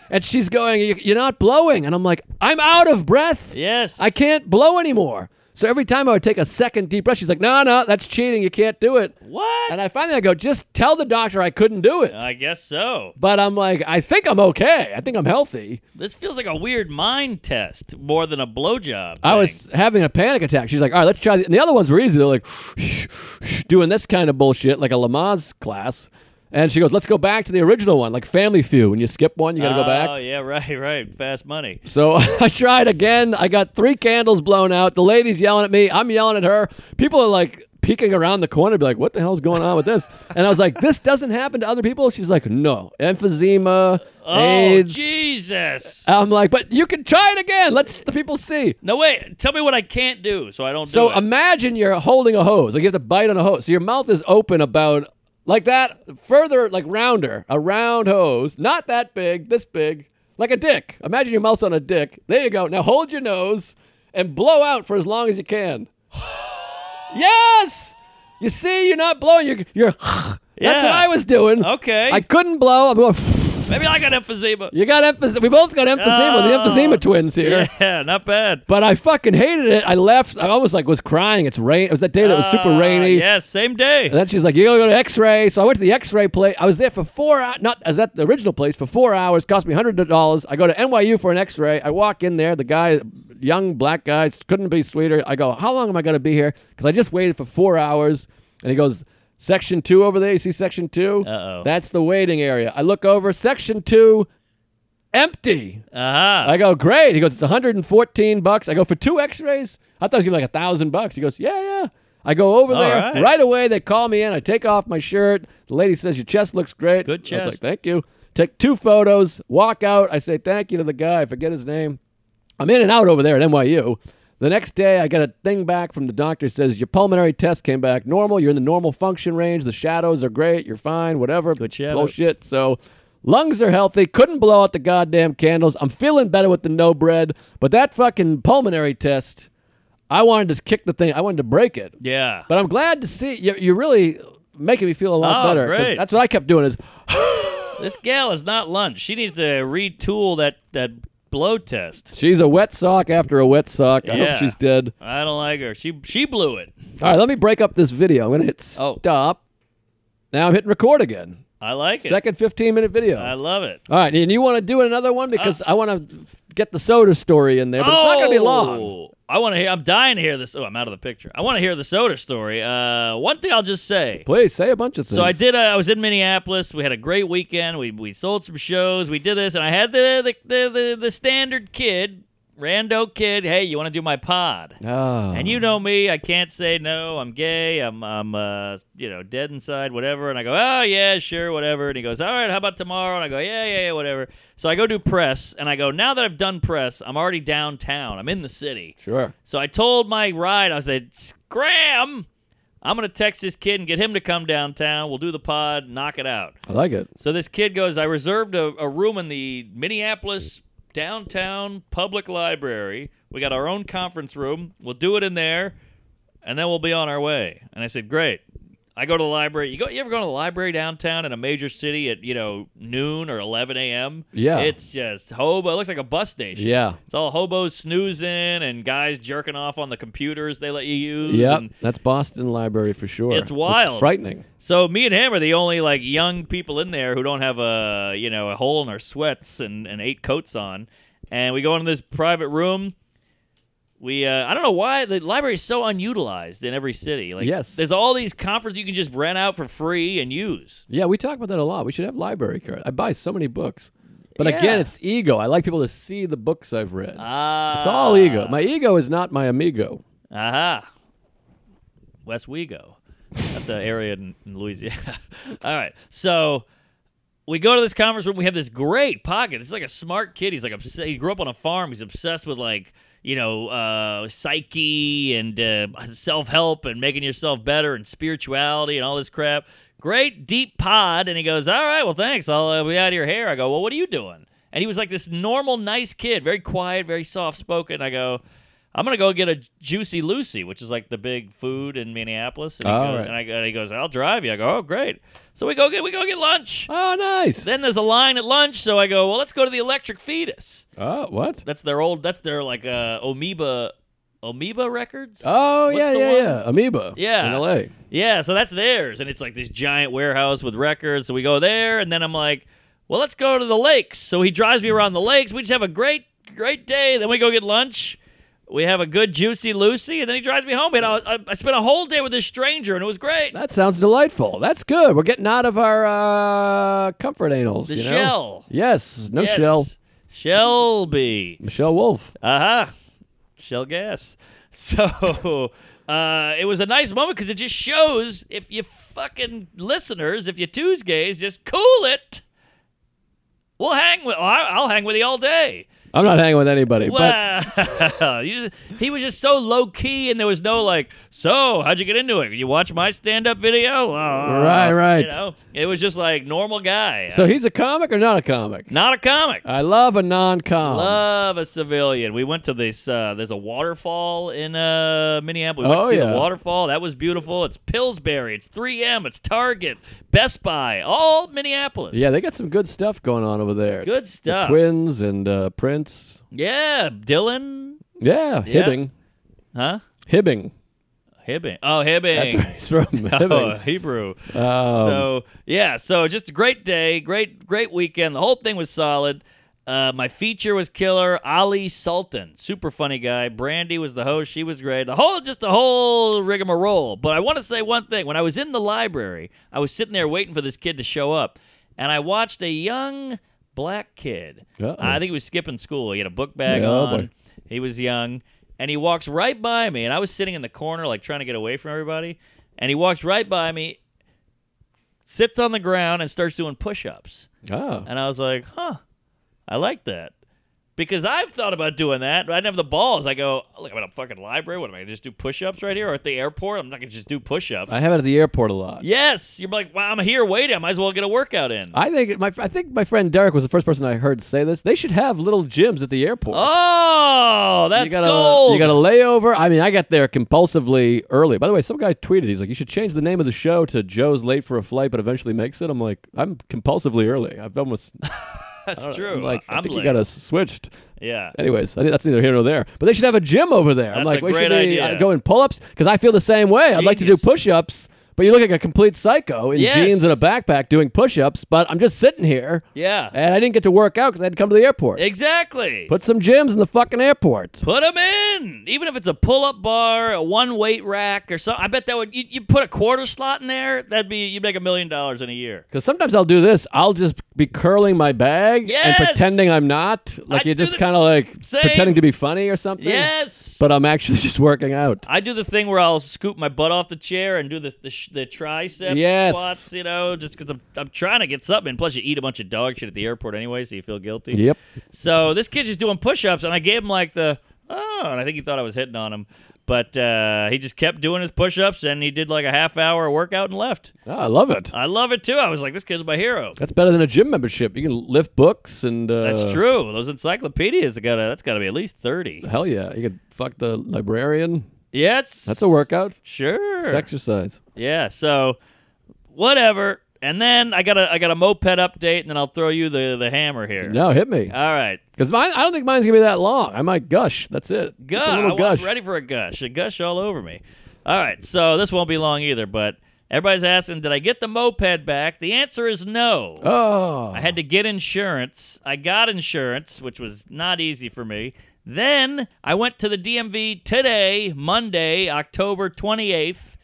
And she's going, "You- you're not blowing. And I'm like, I'm out of breath. Yes. I can't blow anymore. So every time I would take a second deep breath, she's like, no, no, that's cheating. You can't do it. What? And I finally I go, just tell the doctor I couldn't do it. I guess so. But I'm like, I think I'm okay. I think I'm healthy. This feels like a weird mind test more than a blowjob. I thing. was having a panic attack. She's like, all right, let's try. The-. And the other ones were easy. They're like doing this kind of bullshit, like a Lamaze class. And she goes, let's go back to the original one, like Family Feud. When you skip one, you got to go back. Oh yeah, right, right. Fast money. So I tried again. I got three candles blown out. The lady's yelling at me. I'm yelling at her. People are like peeking around the corner, be like, "What the hell's going on with this?" And I was like, "This doesn't happen to other people." She's like, "No, emphysema, Oh AIDS." Uh, Jesus. I'm like, "But you can try it again. Let's the people see." no wait. Tell me what I can't do, so I don't So do it. imagine you're holding a hose. Like you have to bite on a hose. So your mouth is open about like that, further, like rounder, a round hose, not that big, this big, like a dick. Imagine your mouth's on a dick. There you go. Now hold your nose and blow out for as long as you can. yes. You see, you're not blowing. You're you're That's what I was doing. Okay. I couldn't blow. I'm going. Maybe I got emphysema. You got emphysema. We both got emphysema. Oh. The emphysema twins here. Yeah, not bad. But I fucking hated it. I left. I almost like was crying. It's rain. It was that day that was super Uh, rainy. Yeah, same day. And then she's like, "You gotta go to X-ray." So I went to the X-ray place. I was there for four hours. Not as at the original place for four hours. Cost me hundred dollars. I go to NYU for an X-ray. I walk in there. The guy, young black guy, couldn't be sweeter. I go, "How long am I gonna be here?" Because I just waited for four hours. And he goes, "Section two over there. You see section 2 Uh-oh. That's the waiting area." I look over. Section two, empty. Uh-huh. I go, great. He goes, it's 114 bucks. I go, for two x-rays? I thought it was going to be like a thousand bucks. He goes, yeah, yeah. I go over All there. right. away, they call me in. I take off my shirt. The lady says, your chest looks great. Good I was like, chest. thank you. Take two photos, walk out. I say thank you to the guy. I forget his name. I'm in and out over there at NYU. The next day, I get a thing back from the doctor says your pulmonary test came back normal. You're in the normal function range. The shadows are great. You're fine. Whatever. Good shadow. Bullshit. So, lungs are healthy. Couldn't blow out the goddamn candles. I'm feeling better with the no bread, but that fucking pulmonary test, I wanted to kick the thing. I wanted to break it. yeah. But I'm glad to see you. You're really making me feel a lot Oh, better. 'cause great. That's what I kept doing. Is This gal is not lunch. She needs to retool that that blow test. she's a wet sock after a wet sock. I Yeah. hope she's dead. I don't like her. She she blew it. All right, let me break up this video. I'm gonna hit Oh. stop. Now I'm hitting record again. I like it. Second 15 minute video. I love it. All right, and you want to do another uh. one because I want to get the soda story in there, but it's not gonna be long. Oh, I want to hear. I'm dying to hear this. Oh, I'm out of the picture. I want to hear the soda story. Uh, one thing I'll just say. Please say a bunch of things. So I did. Uh, I was in Minneapolis. We had a great weekend. We we sold some shows. We did this, and I had the the the, the, the standard kid, rando kid. Hey, you want to do my pod? Oh. And you know me, I can't say no. I'm gay. I'm I'm uh, you know dead inside, whatever. And I go, oh yeah, sure, whatever. And he goes, all right, how about tomorrow? And I go, yeah, yeah, yeah, whatever. So I go do press, and I go, now that I've done press, I'm already downtown. I'm in the city. sure. So I told my ride, I said, Scram! I'm gonna text this kid and get him to come downtown. We'll do the pod, knock it out. I like it. So this kid goes, I reserved a, a room in the Minneapolis downtown public library. We got our own conference room. We'll do it in there, and then we'll be on our way. And I said, Great. I go to the library. You go you ever go to the library downtown in a major city at, you know, noon or eleven AM? Yeah. It's just hobo. It looks like a bus station. Yeah. It's all hobos snoozing and guys jerking off on the computers they let you use. Yep. and- That's Boston Library for sure. It's wild. frightening. so me and him are the only like young people in there who don't have a you know a hole in our sweats and, and eight coats on, and we go into this private room. We uh, I don't know why the library is so unutilized in every city. Like Yes. there's all these conferences you can just rent out for free and use. Yeah, we talk about that a lot. We should have library cards. I buy so many books. But Yeah. again, it's ego. I like people to see the books I've read. Ah, it's all ego. My ego is not my amigo. Aha. West Ah. Wego. That's an area in, in Louisiana. All right. So we go to this conference room. We have this great pocket. This is like a smart kid. He's like obs- he grew up on a farm. He's obsessed with like you know uh, psyche and uh, self help and making yourself better and spirituality and all this crap. Great deep pod. And he goes, all right, well thanks. I'll uh, be out of your hair. I go, well, what are you doing? And he was like this normal, nice kid, very quiet, very soft spoken. I go. I'm gonna go get a Juicy Lucy, which is like the big food in Minneapolis. And he, All goes, right. and, I, go- and he goes, "I'll drive you." I go, "Oh, great!" So we go get we go get lunch. Oh, nice. Then there's a line at lunch, so I go, well, let's go to the Electric Fetus. Oh, what? That's their old, that's their like uh, amoeba, amoeba records. Oh, What's yeah, the yeah, one? yeah. Amoeba. Yeah. In LA. Yeah, so that's theirs, and it's like this giant warehouse with records. So we go there, and then I'm like, well, let's go to the lakes. So he drives me around the lakes. We just have a great, great day. Then we go get lunch. We have a good juicy Lucy, and then he drives me home. And I, I, I spent a whole day with this stranger, and it was great. That sounds delightful. That's good. We're getting out of our uh, comfort anals. The you know? shell. Yes. No Yes. shell. Shelby. Michelle Wolf. Uh huh. Shell gas. So uh, it was a nice moment because it just shows if you fucking listeners, if you Tuesdays, just cool it. We'll hang with. I- I'll hang with you all day. I'm not hanging with anybody. But Wow. You just- he was just so low key, and there was no like, so how'd you get into it? You watch my stand up video? Uh, Right, right. You know, it was just like normal guy. so he's a comic or not a comic? not a comic. I love a non-com. Love a civilian. We went to this. Uh, there's a waterfall in uh, Minneapolis. We went Oh, to see yeah. the waterfall. That was beautiful. It's Pillsbury. It's 3M. It's Target. Best Buy. All Minneapolis. yeah, they got some good stuff going on over there. Good The stuff. twins and uh, Prince. Yeah, Dylan. Yeah, Yeah. Hibbing. Huh? Hibbing. Hibbing. Oh, Hibbing. That's where he's from. Oh, Hibbing. Hebrew. Um, so yeah, so just a great day, great great weekend. The whole thing was solid. Uh, my feature was killer. Ali Sultan, super funny guy. Brandy was the host. She was great. The whole just the whole rigmarole. But I want to say one thing. When I was in the library, I was sitting there waiting for this kid to show up, and I watched a young black kid. Uh-oh. I think he was skipping school. He had a book bag Yeah, oh, on. boy. He was young, and he walks right by me, and I was sitting in the corner, like trying to get away from everybody. And he walks right by me, sits on the ground, and starts doing push-ups. oh. And I was like, "Huh, I like that," because I've thought about doing that, but I didn't have the balls. I go, "Look, I'm in a fucking library. What am I gonna just do push-ups right here, or at the airport? I'm not gonna just do push-ups." I have it at the airport a lot. yes, you're like, "Well, I'm here waiting. I might as well get a workout in." I think my I think my friend Derek was the first person I heard say this. They should have little gyms at the airport. oh, that's you got a, gold. You got a layover. I mean, I got there compulsively early. By the way, some guy tweeted. He's like, "You should change the name of the show to Joe's late for a flight, but eventually makes it." I'm like, "I'm compulsively early. I've almost that's I'm true. like I I'm think like, you got us switched." yeah. Anyways, I think that's neither here nor there. But they should have a gym over there. I'm like, That's a we should great be idea. uh, going pull-ups because I feel the same way. I'd like to do Genius. push-ups, but you look like a complete psycho in Yes. jeans and a backpack doing push-ups. But I'm just sitting here, Yeah. and I didn't get to work out because I had to come to the airport. Exactly. Put, Put some gyms in the fucking airport. them in. Even if it's a pull-up bar, a one-weight rack, or something. I bet that would. You, you put a quarter slot in there. That'd be. You'd make a million dollars in a year. Because sometimes I'll do this. I'll just be curling my bag and Yes! pretending I'm not. Like I you're do just the kind of like same. pretending to be funny or something. Yes. But I'm actually just working out. I do the thing where I'll scoop my butt off the chair and do the the, sh- the tricep Yes. squats, you know, just because I'm, I'm trying to get something. Plus, you eat a bunch of dog shit at the airport anyway, so you feel guilty. Yep. So this kid just doing push-ups, and I gave him like the oh, and I think he thought I was hitting on him, but uh, he just kept doing his push-ups, and he did like a half hour workout and left. Ah, I love it. I love it too. I was like, this kid's my hero. That's better than a gym membership. You can lift books and. Uh, That's true. Those encyclopedias gotta that's gotta be at least thirty. Hell yeah. You could fuck the librarian. Yeah, it's, That's a workout. Sure. It's exercise. Yeah. So, whatever. And then I got a I got a moped update, and then I'll throw you the the hammer here. No, hit me. All right, Because mine, I don't think mine's going to be that long. I might gush. That's it. Just gush. a I little gush. am ready for a gush. A gush all over me. All right. So this won't be long either. But everybody's asking, did I get the moped back? The answer is no. Oh. I had to get insurance. I got insurance, which was not easy for me. Then I went to the DMV today, Monday, October 28th.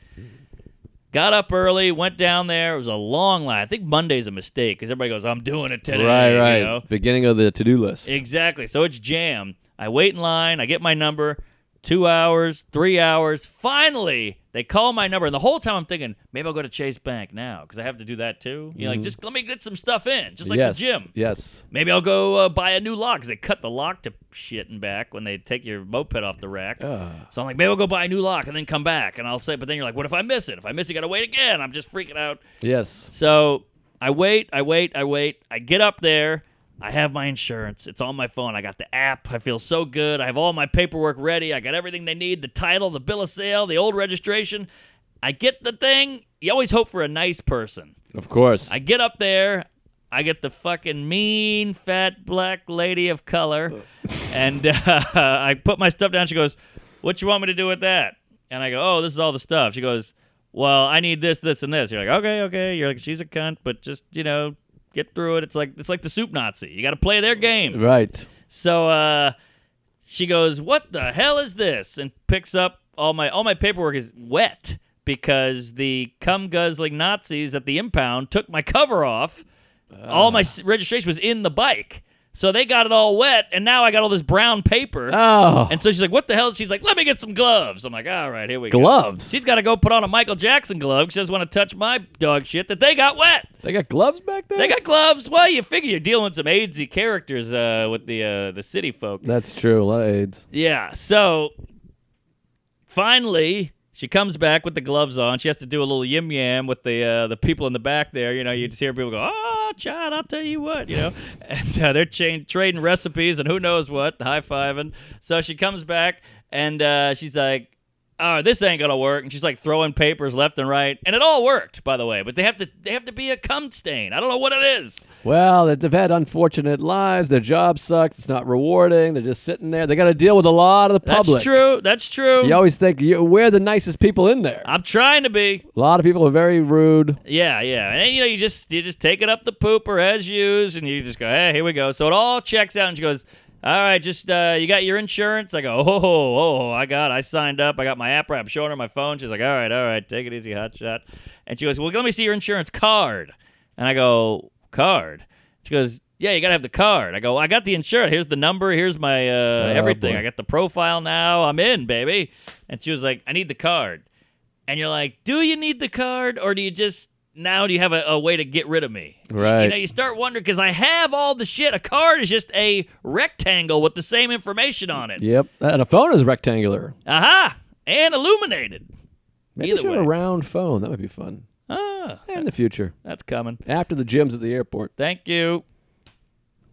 Got up early, went down there. It was a long line. I think Monday's a mistake because everybody goes, I'm doing it today. right, right. You know? Beginning of the to do list. Exactly. So it's jam. I wait in line. I get my number. Two hours, three hours. Finally, they call my number, and the whole time I'm thinking maybe I'll go to Chase Bank now because I have to do that too. You know, like just let me get some stuff in, just like Mm-hmm. yes. the gym. Yes. Maybe I'll go uh, buy a new lock because they cut the lock to shit and back when they take your moped off the rack. Ugh. So I'm like, maybe I'll go buy a new lock and then come back. And I'll say, but then you're like, what if I miss it? If I miss it, gotta wait again. I'm just freaking out. Yes. So I wait, I wait, I wait. I get up there. I have my insurance. It's on my phone. I got the app. I feel so good. I have all my paperwork ready. I got everything they need the title, the bill of sale, the old registration. I get the thing. You always hope for a nice person. Of course. I get up there, I get the fucking mean fat black lady of color, and uh, I put my stuff down. She goes, "What you want me to do with that?" And I go, "Oh, this is all the stuff." She goes, "Well, I need this, this, and this." You're like, "Okay, okay." You're like, "She's a cunt, but just you know, get through it." It's like it's like the soup Nazi. You got to play their game. right. So uh, she goes, "What the hell is this?" and picks up all my all my paperwork is wet because the cum guzzling Nazis at the impound took my cover off. all my s- registration was in the bike, So they got it all wet, and now I got all this brown paper. Oh, And so she's like, "What the hell?" She's like, "Let me get some gloves." I'm like, "All right, here we go." gloves. She's got to go put on a Michael Jackson glove. 'cause She doesn't want to touch my dog shit that they got wet. They got gloves back there. They got gloves. Well, you figure you're dealing with some AIDSy characters uh, with the uh, the city folk. That's true. A lot of AIDS. Yeah. So finally, she comes back with the gloves on. She has to do a little yim yam with the uh, the people in the back there. You know, you just hear people go, "Oh, John, I'll tell you what," you know, and uh, they're chain- trading recipes and who knows what, high fiving. So she comes back and uh, she's like. Oh, this ain't gonna work, and she's like throwing papers left and right, and it all worked, by the way. But they have to—they have to be a cum stain. I don't know what it is. Well, that they've had unfortunate lives. Their job sucks. It's not rewarding. They're just sitting there. They got to deal with a lot of the That's public. true. That's true. You always think you, we're the nicest people in there. I'm trying to be. A lot of people are very rude. Yeah, yeah, and you know, you just you just take it up the pooper as used, and you just go, hey, here we go. So it all checks out, and she goes, all right, just uh, you got your insurance? I go, oh, oh, oh, I got, I signed up, I got my app. right. I'm showing her my phone. She's like, all right, all right, take it easy, hot shot. And she goes, well, let me see your insurance card. And I go, card. She goes, yeah, you gotta have the card. I go, I got the insurance. Here's the number. Here's my uh, Oh, everything. boy. I got the profile now. I'm in, baby. And she was like, I need the card and you're like, do you need the card or do you just now do you have a, a way to get rid of me? Right. You know, you start wondering because I have all the shit. A card is just a rectangle with the same information on it. Yep. And a phone is rectangular. Aha! And illuminated. Maybe Either should have way. a round phone. That would be fun. Ah, In the future. that's coming. After the gyms at the airport. Thank you.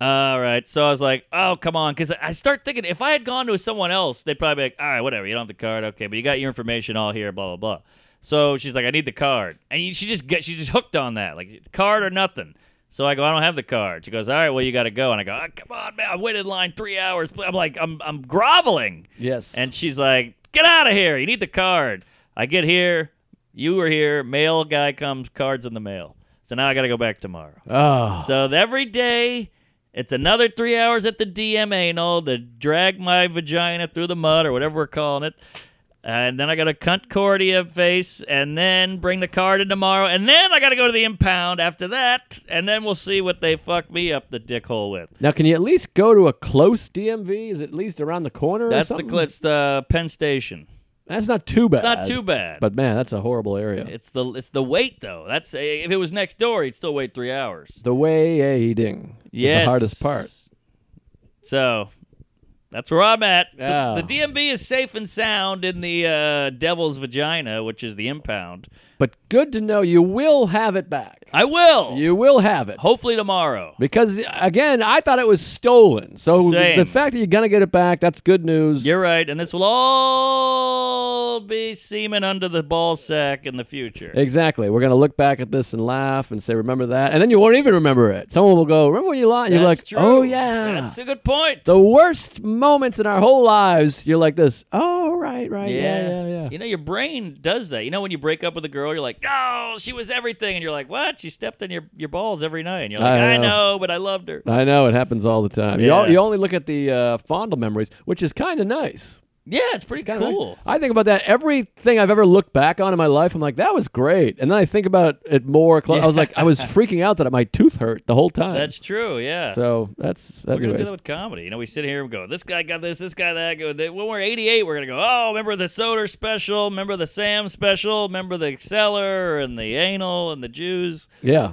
All right. So I was like, oh, come on. Because I start thinking if I had gone to someone else, they'd probably be like, all right, whatever. You don't have the card. Okay. But you got your information all here, blah, blah, blah. So she's like, I need the card. And you- she just get, she's just hooked on that. Like, card or nothing. So I go, I don't have the card. She goes, all right, well, you got to go. And I go, oh, come on, man. I waited in line three hours. I'm like, I'm, I'm groveling. Yes. And she's like, "Get out of here! You need the card." I get here, you were here. Mail guy comes, cards in the mail. So now I got to go back tomorrow. oh. So every day, it's another three hours at the DM anal to drag my vagina through the mud or whatever we're calling it. And then I got a Concordia face, and then bring the card in tomorrow, and then I got to go to the impound after that, and then we'll see what they fuck me up the dick hole with. Now, can you at least go to a close DMV? Is it at least around the corner? That's or the something? glitz, the Penn Station. That's not too bad. It's not too bad. But man, that's a horrible area. It's the it's the wait though. That's if it was next door, he'd still wait three hours. the waiting Yes, is the hardest part. So that's where I'm at. So Yeah. The DMV is safe and sound in the uh, devil's vagina, which is the impound. But good to know you will have it back. I will. You will have it. Hopefully tomorrow. Because again, I thought it was stolen. So Same. the fact that you're gonna get it back, that's good news. You're right, and this will all be semen under the ball sack in the future. Exactly. We're gonna look back at this and laugh and say, "Remember that," and then you won't even remember it. Someone will go, "Remember when you lied?" And You're That's like, true. "Oh yeah." That's a good point. the worst moments in our whole lives. You're like this. Oh right, right, yeah, yeah, yeah. You know, your brain does that. You know, when you break up with a girl, you're like, oh, she was everything. And you're like, what? She stepped on your, your balls every night. And you're like, I, I know. know. but I loved her. I know it happens all the time. You, Yeah. al- you only look at the uh, fondle memories, which is kind of nice. Yeah, it's pretty Kinda nice. cool. I think about that. Everything I've ever looked back on in my life, I'm like, that was great. And then I think about it more. Close. I was like, I was freaking out that my tooth hurt the whole time. That's true. Yeah. so that's we're going to do anyways. that with comedy. You know, we sit here and go, this guy got this, this guy that. Go, that- When we're 88, we're going to go, oh, remember the Soder special? Remember the Sam special? Remember the Exceller and the Anal and the Jews? Yeah.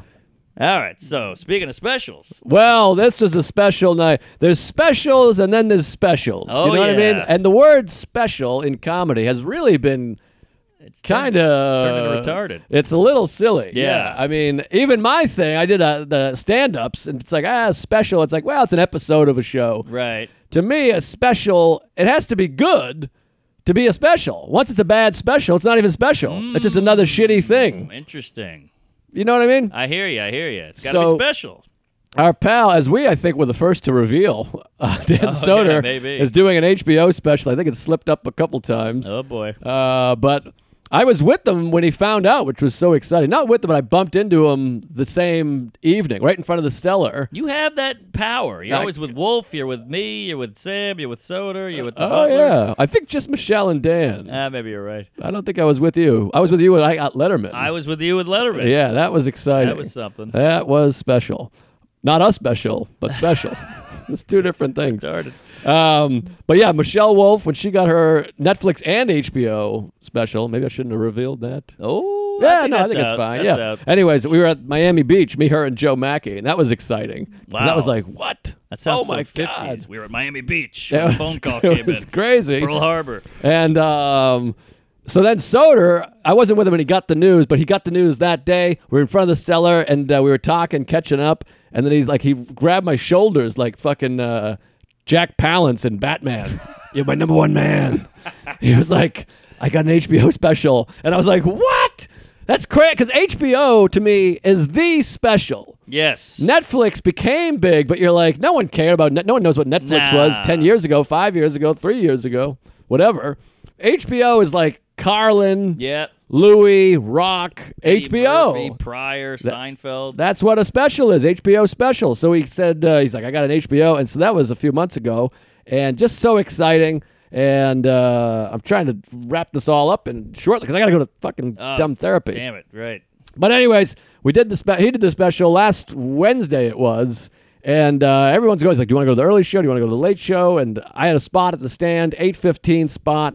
All right. So, speaking of specials, Well, this was a special night. There's specials and then there's specials. Oh, you know what I yeah. mean? And the word special in comedy has really been it's kind of. of turned into retarded. uh, It's a little silly. Yeah. I mean, even my thing, I did uh the stand-ups and it's like, ah, special. It's like, well, it's an episode of a show. Right. To me, a special, it has to be good to be a special. Once it's a bad special, it's not even special. It's just another Mm. shitty thing. Interesting. You know what I mean? I hear you. I hear you. It's got to So- be special. Our pal, as we I think were the first to reveal, uh, Dan Oh, yeah, Soder maybe. is doing an HBO special. I think it slipped up a couple times. Oh boy. Uh, but I was with them when he found out, which was so exciting. Not with them, but I bumped into him the same evening, right in front of the cellar. You have that power. You're I- always with Wolf. You're with me. You're with Sam. You're with Soder. You're with the Oh butler. yeah, I think just Michelle and Dan. Ah, maybe you're right. I don't think I was with you. I was with you when I got Letterman. I was with you with Letterman. yeah, that was uh, exciting. That was something. That was special. Not us special, but special. It's two different things. Started. Um, but yeah, Michelle Wolf, when she got her Netflix and HBO special, maybe I shouldn't have revealed that. Oh, Yeah, I think no, I that's think it's out. fine. That's yeah. out. Anyways, we were at Miami Beach, me, her, and Joe Mackey, and that was exciting. 'Cause That Wow. was like, what? That sounds oh my so 50s. god. We were at Miami Beach. That when the was- phone call it came was in. crazy. Pearl Harbor. And um, so then Soder, I wasn't with him when he got the news, but he got the news that day. We were in front of the cellar and uh, we were talking, catching up. And then he's like, he grabbed my shoulders like fucking uh, Jack Palance in Batman. You're my number one man. he was like, I got an HBO special. And I was like, what? That's crazy. Because HBO to me is the special. Yes. Netflix became big, but you're like, no one cared about net. No one knows what Netflix Nah. was 10 years ago, five years ago, three years ago, whatever. HBO is like Carlin, yeah. Louis, Rock, Eddie HBO. Murphy, Pryor, Seinfeld. That's what a special is, HBO special. So he said, uh, he's like, I got an HBO. And so that was a few months ago. And just so exciting. And uh, I'm trying to wrap this all up in shortly because I got to go to fucking Oh, dumb therapy. Damn it. Right. But anyways, we did the spe- he did the special last Wednesday it was, and uh, everyone's going. He's like, "Do you want to go to the early show? Do you want to go to the late show?" And I had a spot at the stand, eight fifteen spot.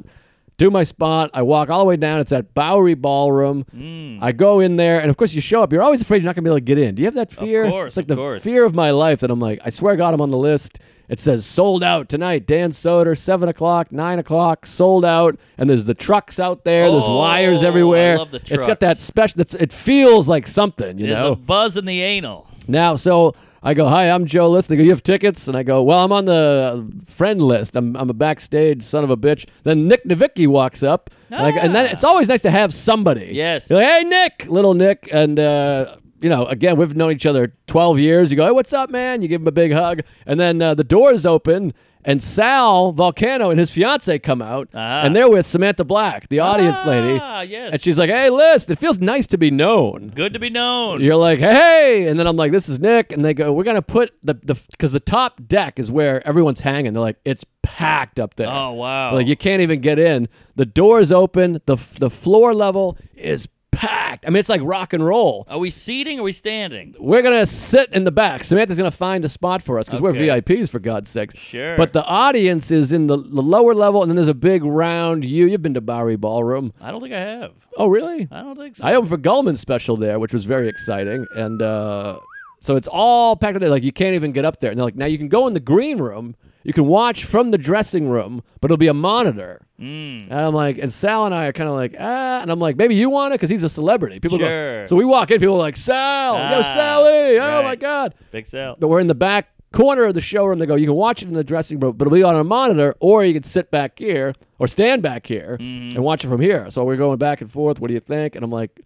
Do my spot. I walk all the way down. It's at Bowery Ballroom. Mm. I go in there, and of course, you show up. You're always afraid you're not going to be able to get in. Do you have that fear? course, it's like of the course. fear of my life that I'm like, I swear, I got him on the list. It says sold out tonight. Dan Soder, seven o'clock, nine o'clock, sold out. And there's the trucks out there. there's wires Oh, I everywhere. love the It's got that trucks. special. It's, it feels like something, you There's a know. buzz in the anal. Now, so I go, "Hi, I'm Joe List." They go, "You have tickets?" And I go, "Well, I'm on the friend list. I'm, I'm a backstage son of a bitch." Then Nick Novicki walks up, and, I go- and then it's always nice to have somebody. Ah. Yes. You're like, "Hey, Nick," little Nick, and. uh you know, again, we've known each other 12 years. You go, hey, what's up, man? You give him a big hug. And then uh, the doors open, and Sal Volcano and his fiance come out, Ah. and they're with Samantha Black, the audience lady. Ah, yes. And she's like, hey, List, it feels nice to be known. good to be known. You're like, hey, and then I'm like, this is Nick, and they go, we're gonna put the the because the top deck is where everyone's hanging. They're like, it's packed up there. Oh, wow. They're like you can't even get in. The doors open. the f- The floor level is packed. I mean, it's like rock and roll. Are we seating or are we standing? We're gonna sit in the back. Samantha's gonna find a spot for us because Okay. we're VIPs for God's sakes. Sure. But the audience is in the, the lower level, and then there's a big round. You you've been to Bowery Ballroom? I don't think I have. Oh, really? I don't think so. I opened for Gulman's special there, which was very exciting. And uh, so it's all packed in there. Like you can't even get up there. And they're like, now you can go in the green room. You can watch from the dressing room, but it'll be a monitor. Mm. And I'm like, and Sal and I are kind of like, ah. And I'm like, maybe you want it because he's a celebrity. People go. Sure. So we walk in, people are like, Sal, yo, Ah, Sally, oh right. my God. Big Sal. But we're in the back corner of the showroom. They go, you can watch it in the dressing room, but it'll be on a monitor, or you can sit back here or stand back here Mm-hmm. and watch it from here. So we're going back and forth. What do you think? And I'm like,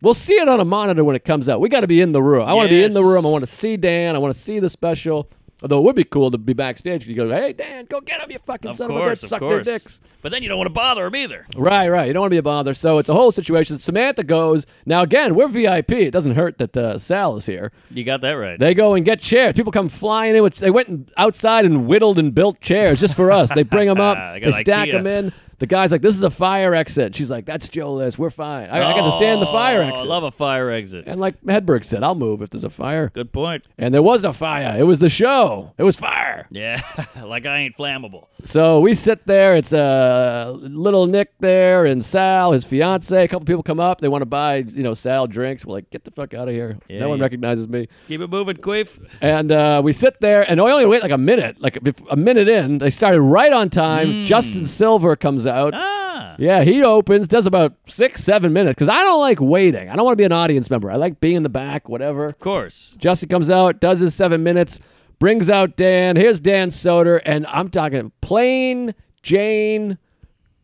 we'll see it on a monitor when it comes out. We got to be in the room. I want to be in the Yes. room. I want to see Dan. I want to see the special. Although it would be cool to be backstage. 'cause You go, hey Dan, go get him, you fucking Of son course, of a bitch, of suck course. their dicks. But then you don't want to bother him either. Right, right. You don't want to be a bother. So it's a whole situation. Samantha goes. Now again, we're VIP. It doesn't hurt that uh, Sal is here. You got that right. They go and get chairs. People come flying in. Which they went and outside and whittled and built chairs just for us. They bring them up. They they got stack Ikea. them in. The guy's like, "This is a fire exit." She's like, "That's Joe List. We're fine. I, I got to stand the fire Oh, I exit." love a fire exit. And like Hedberg said, "I'll move if there's a fire." Good point. And there was a fire. It was the show. It was fire. Yeah, like I ain't flammable. So we sit there. It's uh, little Nick there and Sal, his fiance. A couple people come up. They want to buy, you know, Sal drinks. We're like, "Get the fuck out of here." Yeah, no one yeah. recognizes me. Keep it moving, Queef. And uh, we sit there, and we only wait like a minute. Like bef- a minute in, they started right on time. Justin Silver comes out. Ah, Yeah, he opens, does about six, seven minutes. Because I don't like waiting. I don't want to be an audience member. I like being in the back, whatever. of course. Justin comes out, does his seven minutes, brings out Dan. Here's Dan Soder, and I'm talking plain Jane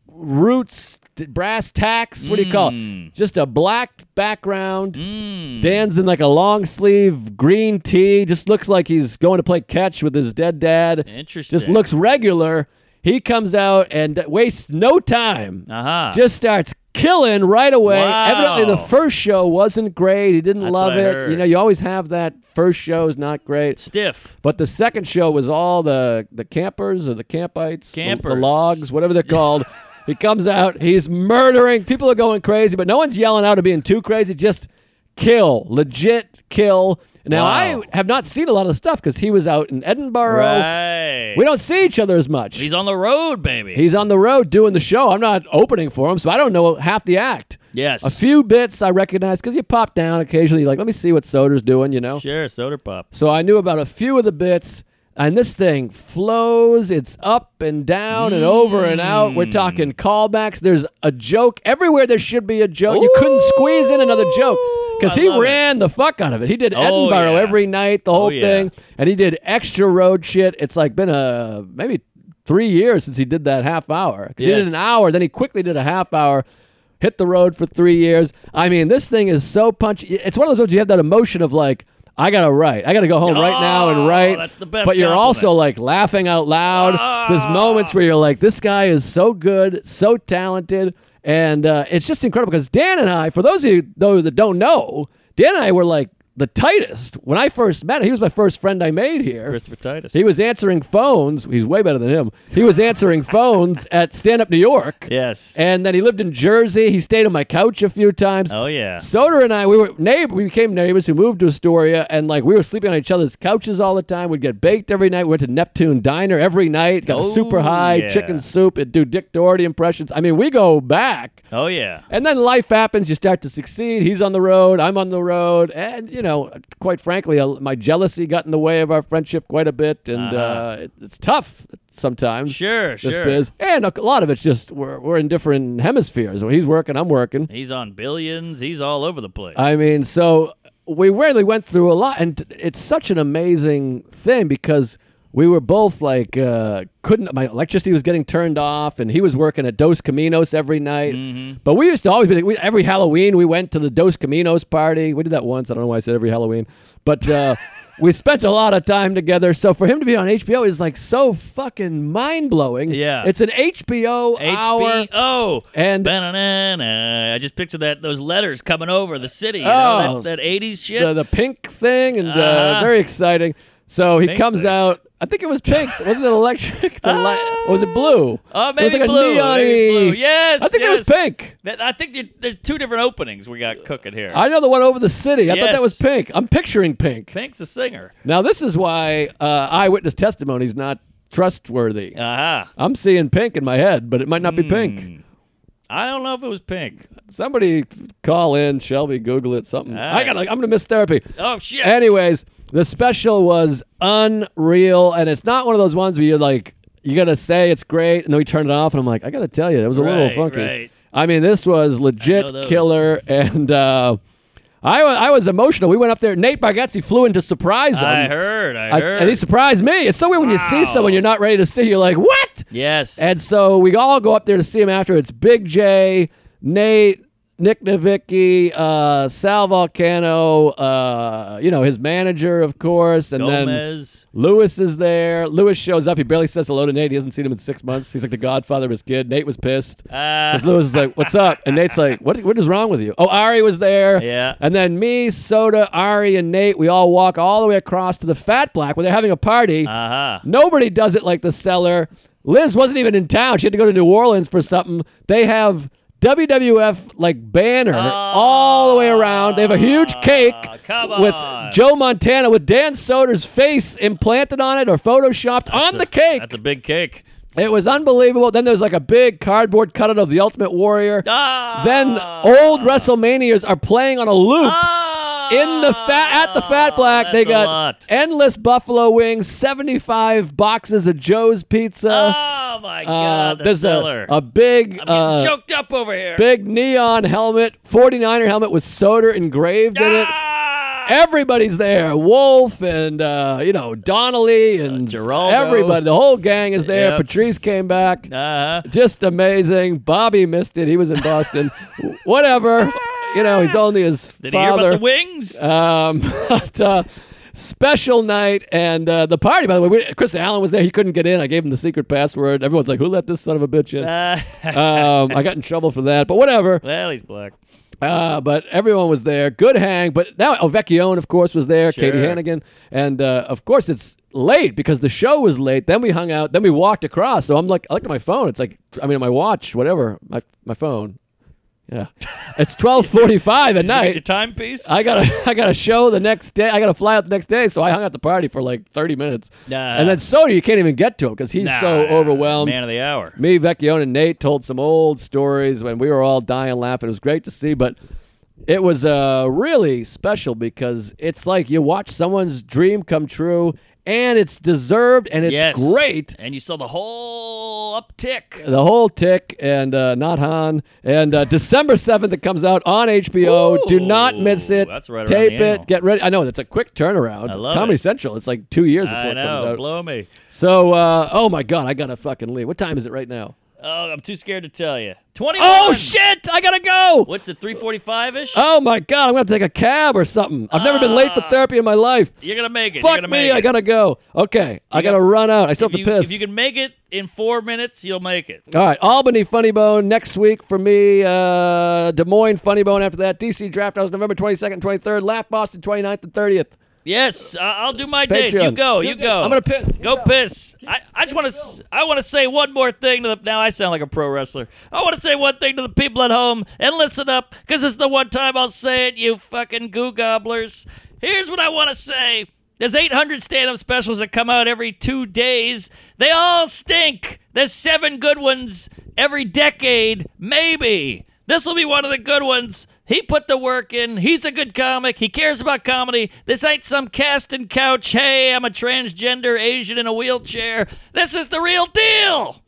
roots, t- brass tacks. What do you call it? Just a black background. Hmm, Dan's in like a long sleeve green tee. Just looks like he's going to play catch with his dead dad. Interesting. Just looks regular. He comes out and wastes no time. Uh-huh. Just starts killing right away. Wow. Evidently, the first show wasn't great. He didn't That's love what I it. You heard. know, you always have that first show is not great. stiff. But the second show was all the the campers or the campites, the- the, Campers. logs, whatever they're called. he comes out, he's murdering. People are going crazy, but no one's yelling out or being too crazy. Just kill, legit kill. Now Wow. I have not seen a lot of stuff because he was out in Edinburgh. Right. We don't see each other as much. He's on the road, baby. He's on the road doing the show. I'm not opening for him, so I don't know half the act. yes. A few bits I recognize because you pop down occasionally, like, let me see what Soder's doing, you know? Sure, soda pop. So I knew about a few of the bits, and this thing flows. It's up and down and over and out. Hmm. We're talking callbacks. There's a joke everywhere. There should be a joke. You couldn't squeeze in another joke because I he love it. ran the fuck out of it. He did Oh, Edinburgh yeah. Oh, every night, the whole yeah. thing, and he did extra road shit. It's like been a maybe three years since he did that half hour. 'Cause He did an Yes. hour, then he quickly did a half hour. Hit the road for three years. I mean, this thing is so punchy. It's one of those ones you have that emotion of like, I gotta write. I gotta go home right now and Oh, right. that's the best But you're compliment. also like laughing out loud. There's moments where you're like, this guy is so good, so talented, and uh, it's just incredible. Because Dan and I, for those of you though that don't know, Dan and I were like the tightest when I first met. him. He was my first friend I made here. Christopher Titus. He was answering phones. He's way better than him. He was answering phones at Stand Up New York. yes. And then he lived in Jersey. He stayed on my couch a few times. oh yeah. Soder and I, we were neighbor. We became neighbors who moved to Astoria, and like we were sleeping on each other's couches all the time. We'd get baked every night. We went to Neptune Diner every night. Got a super Oh, high yeah. chicken soup. And do Dick Doherty impressions. I mean, we go back. Oh yeah. And then life happens. You start to succeed. He's on the road. I'm on the road. And you know, quite frankly, uh, my jealousy got in the way of our friendship quite a bit, and uh Uh-huh. it- it's tough sometimes. Sure, This sure. biz, and a lot of it's just we're, we're in different hemispheres. He's working, I'm working. He's on billions. He's all over the place. I mean, so we really went through a lot, and it's such an amazing thing because we were both like uh, couldn't. My electricity was getting turned off, and he was working at Dos Caminos every night. But we used to always be like, we, every Halloween we went to the Dos Caminos party. We did that once. I don't know why I said every Halloween, but. Uh, We spent a lot of time together, so for him to be on HBO is like so fucking mind blowing. Yeah. it's an HBO, hour, HBO. and Banana. I just pictured that those letters coming over the city. You Oh. know, that, that 80s shit. the, the pink thing and uh, Uh-huh. very exciting. So he Pink comes thing. out. I think it was pink. Wasn't it electric? The li- Ah. or was it blue? Oh, it was maybe like blue. a neon maybe blue. Yes. I think it was yes. pink. That- I think you- there's two different openings we got cooking here. I know the one over the city. I thought that was Yes. pink. I'm picturing pink. Pink's a singer. Now this is why uh, eyewitness testimony is not trustworthy. Aha. I'm seeing pink in my head, but it might not be Hmm. pink. I don't know if it was pink. Somebody call in, Shelby, Google it, something. All I right. gotta, I'm gonna miss therapy. Oh shit. Anyways, the special was unreal, and it's not one of those ones where you're like, you gotta say it's great, and then we turn it off, and I'm like, I gotta tell you, it was a little Right, funky. right. I mean, this was know legit those. killer, and uh, I wa- I was emotional. We went up there. Nate Bargatze flew in to surprise him. I heard. I, I s- heard. and he surprised me. It's so weird when you see Wow. someone you're not ready to see. You're like, what? yes. And so we all go up there to see him after. It's Big J, Nate, Nick Novicki, uh, Sal Volcano, uh, you know, his manager, of course. And then Gomez. Lewis is there. Lewis shows up. He barely says hello to Nate. He hasn't seen him in six months. He's like the godfather of his kid. Nate was pissed. Uh, 'Cause Lewis is like, "What's up?" And Nate's like, "What? What is wrong with you?" Oh, Ari was there. Yeah. And then me, Soda, Ari, and Nate. We all walk all the way across to the Fat Black where they're having a Uh, party. aha. Nobody does it like the seller. Liz wasn't even in town. She had to go to New Orleans for something. They have WWF like banner all the way around. They have a huge cake Ah, come with on. Joe Montana with Dan Soder's face implanted on it or photoshopped on the cake. That's a big cake. it was unbelievable. Then there's like a big cardboard cutout of the Ultimate Warrior. Ah. Then old WrestleManias are playing on a loop Ah. in the fat at the fat black That's they a got lot. endless buffalo wings 75 boxes of joe's pizza Oh my Uh, god. The there's a, seller. a big I'm getting uh, choked up over here. big neon helmet 49er helmet with soda engraved in it Ah. everybody's there wolf and uh, you know donnelly and Uh, Geraldo. everybody the whole gang is there Yep. patrice came back Uh-huh. just amazing bobby missed it he was in boston whatever you know he's only his Did father he hear about the wings? um, but, uh, special night and uh, the party. By the way, we, Chris Allen was there. He couldn't get in. I gave him the secret password. Everyone's like, "Who let this son of a bitch in?" Uh, um, I got in trouble for that, but whatever. well, he's black. Uh, but everyone was there. Good hang. But now Ovecchione, of course, was there. Katie Sure. Hannigan, and uh, of course it's late because the show was late. Then we hung out. Then we walked across. So I'm like, I looked at my phone. It's like, I mean, my watch, whatever, my my phone. Yeah. It's twelve forty-five at Did you get night. your timepiece. I got a I got a show the next day. I got to fly out the next day, so I hung out at the party for like thirty minutes. Nah. And then Soda, you can't even get to him because he's Nah, so overwhelmed. Man of the hour. Me, Vecchione, and Nate told some old stories when we were all dying laughing. It was great to see, but it was uh, really special because it's like you watch someone's dream come true, and it's deserved, and it's yes. great. And you saw the whole uptick. The whole tick and uh, not Han and uh, December seventh it comes out on HBO. Do not miss Ooh, it. that's right around Tape the it. annual. Get ready. I know it's a quick turnaround. I love Comedy it. Central. It's like two years before I it comes know. out. Blow me. So uh, oh my god, I gotta fucking leave. What time is it right now? Oh, I'm too scared to tell you. Twenty. Oh shit, I gotta go. What's it? Three forty-five ish. Oh my god, I'm gonna have to take a cab or something. I've never been late for Ah. therapy in my life. You're gonna make it. You're Fuck gonna me, make I it. gotta go. Okay, I gotta got- run out. I still if have to you, piss. if you can make it in four minutes, you'll make it. All right, Albany Funny Bone next week for me. Uh, Des Moines Funny Bone after that. DC Draft House November 22nd, 23rd. Laugh Boston 29th and 30th. Yes, I- I'll do my dates. You Patreon. go. Do You this. go. I'm gonna piss. You Go go. piss. I, I just want to. I want to say one more thing to the. Now I sound like a pro wrestler. I want to say one thing to the people at home and listen up, because it's the one time I'll say it. You fucking goo gobblers. Here's what I want to say. There's 800 stand-up specials that come out every two days. They all stink. There's seven good ones every decade, maybe. This will be one of the good ones. He put the work in. He's a good comic. He cares about comedy. This ain't some cast and couch. Hey, I'm a transgender Asian in a wheelchair. This is the real deal.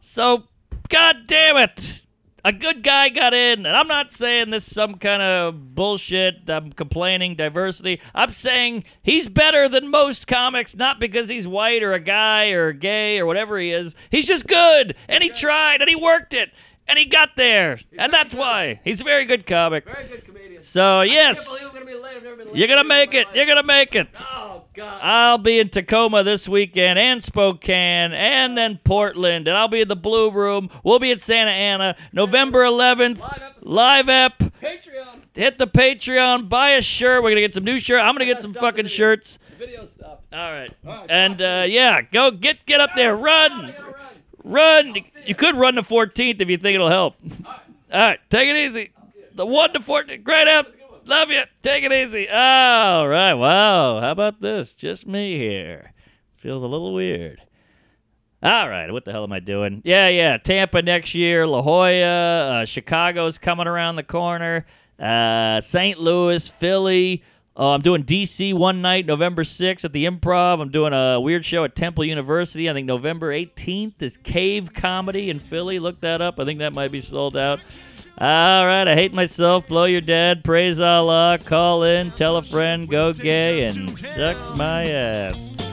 So, god damn it. A good guy got in, and I'm not saying this is some kind of bullshit. I'm complaining diversity. I'm saying he's better than most comics, not because he's white or a guy or gay or whatever he is. He's just good, and he tried, and he worked it, and he got there, and that's why he's a very good comic. Very good comedian. So yes, gonna be late. I've never been late. you're gonna make it. You're gonna make it. Oh god. I'll be in Tacoma this weekend and Spokane and then Portland and I'll be in the Blue Room. We'll be at Santa Ana November 11th. Live app. Patreon Hit the Patreon. Buy a shirt. We're going to get some new shirt. I'm going to get some fucking shirts. video stuff. All right. And uh, yeah, go get get up there. Run. Run. You could run to 14th if you think it'll help. All right. Take it easy. The 1 to 14. Great app. Love you. Take it easy. All right. Wow. How about this? Just me here. Feels a little weird. All right, what the hell am I doing? Yeah, yeah, Tampa next year, La Jolla, uh, Chicago's coming around the corner, uh, St. Louis, Philly. Oh, I'm doing DC one night, November 6th at the Improv. I'm doing a weird show at Temple University. I think November 18th is Cave Comedy in Philly. Look that up. I think that might be sold out. All right, I hate myself. Blow your dad. Praise Allah. Call in. Tell a friend. Go gay and suck my ass.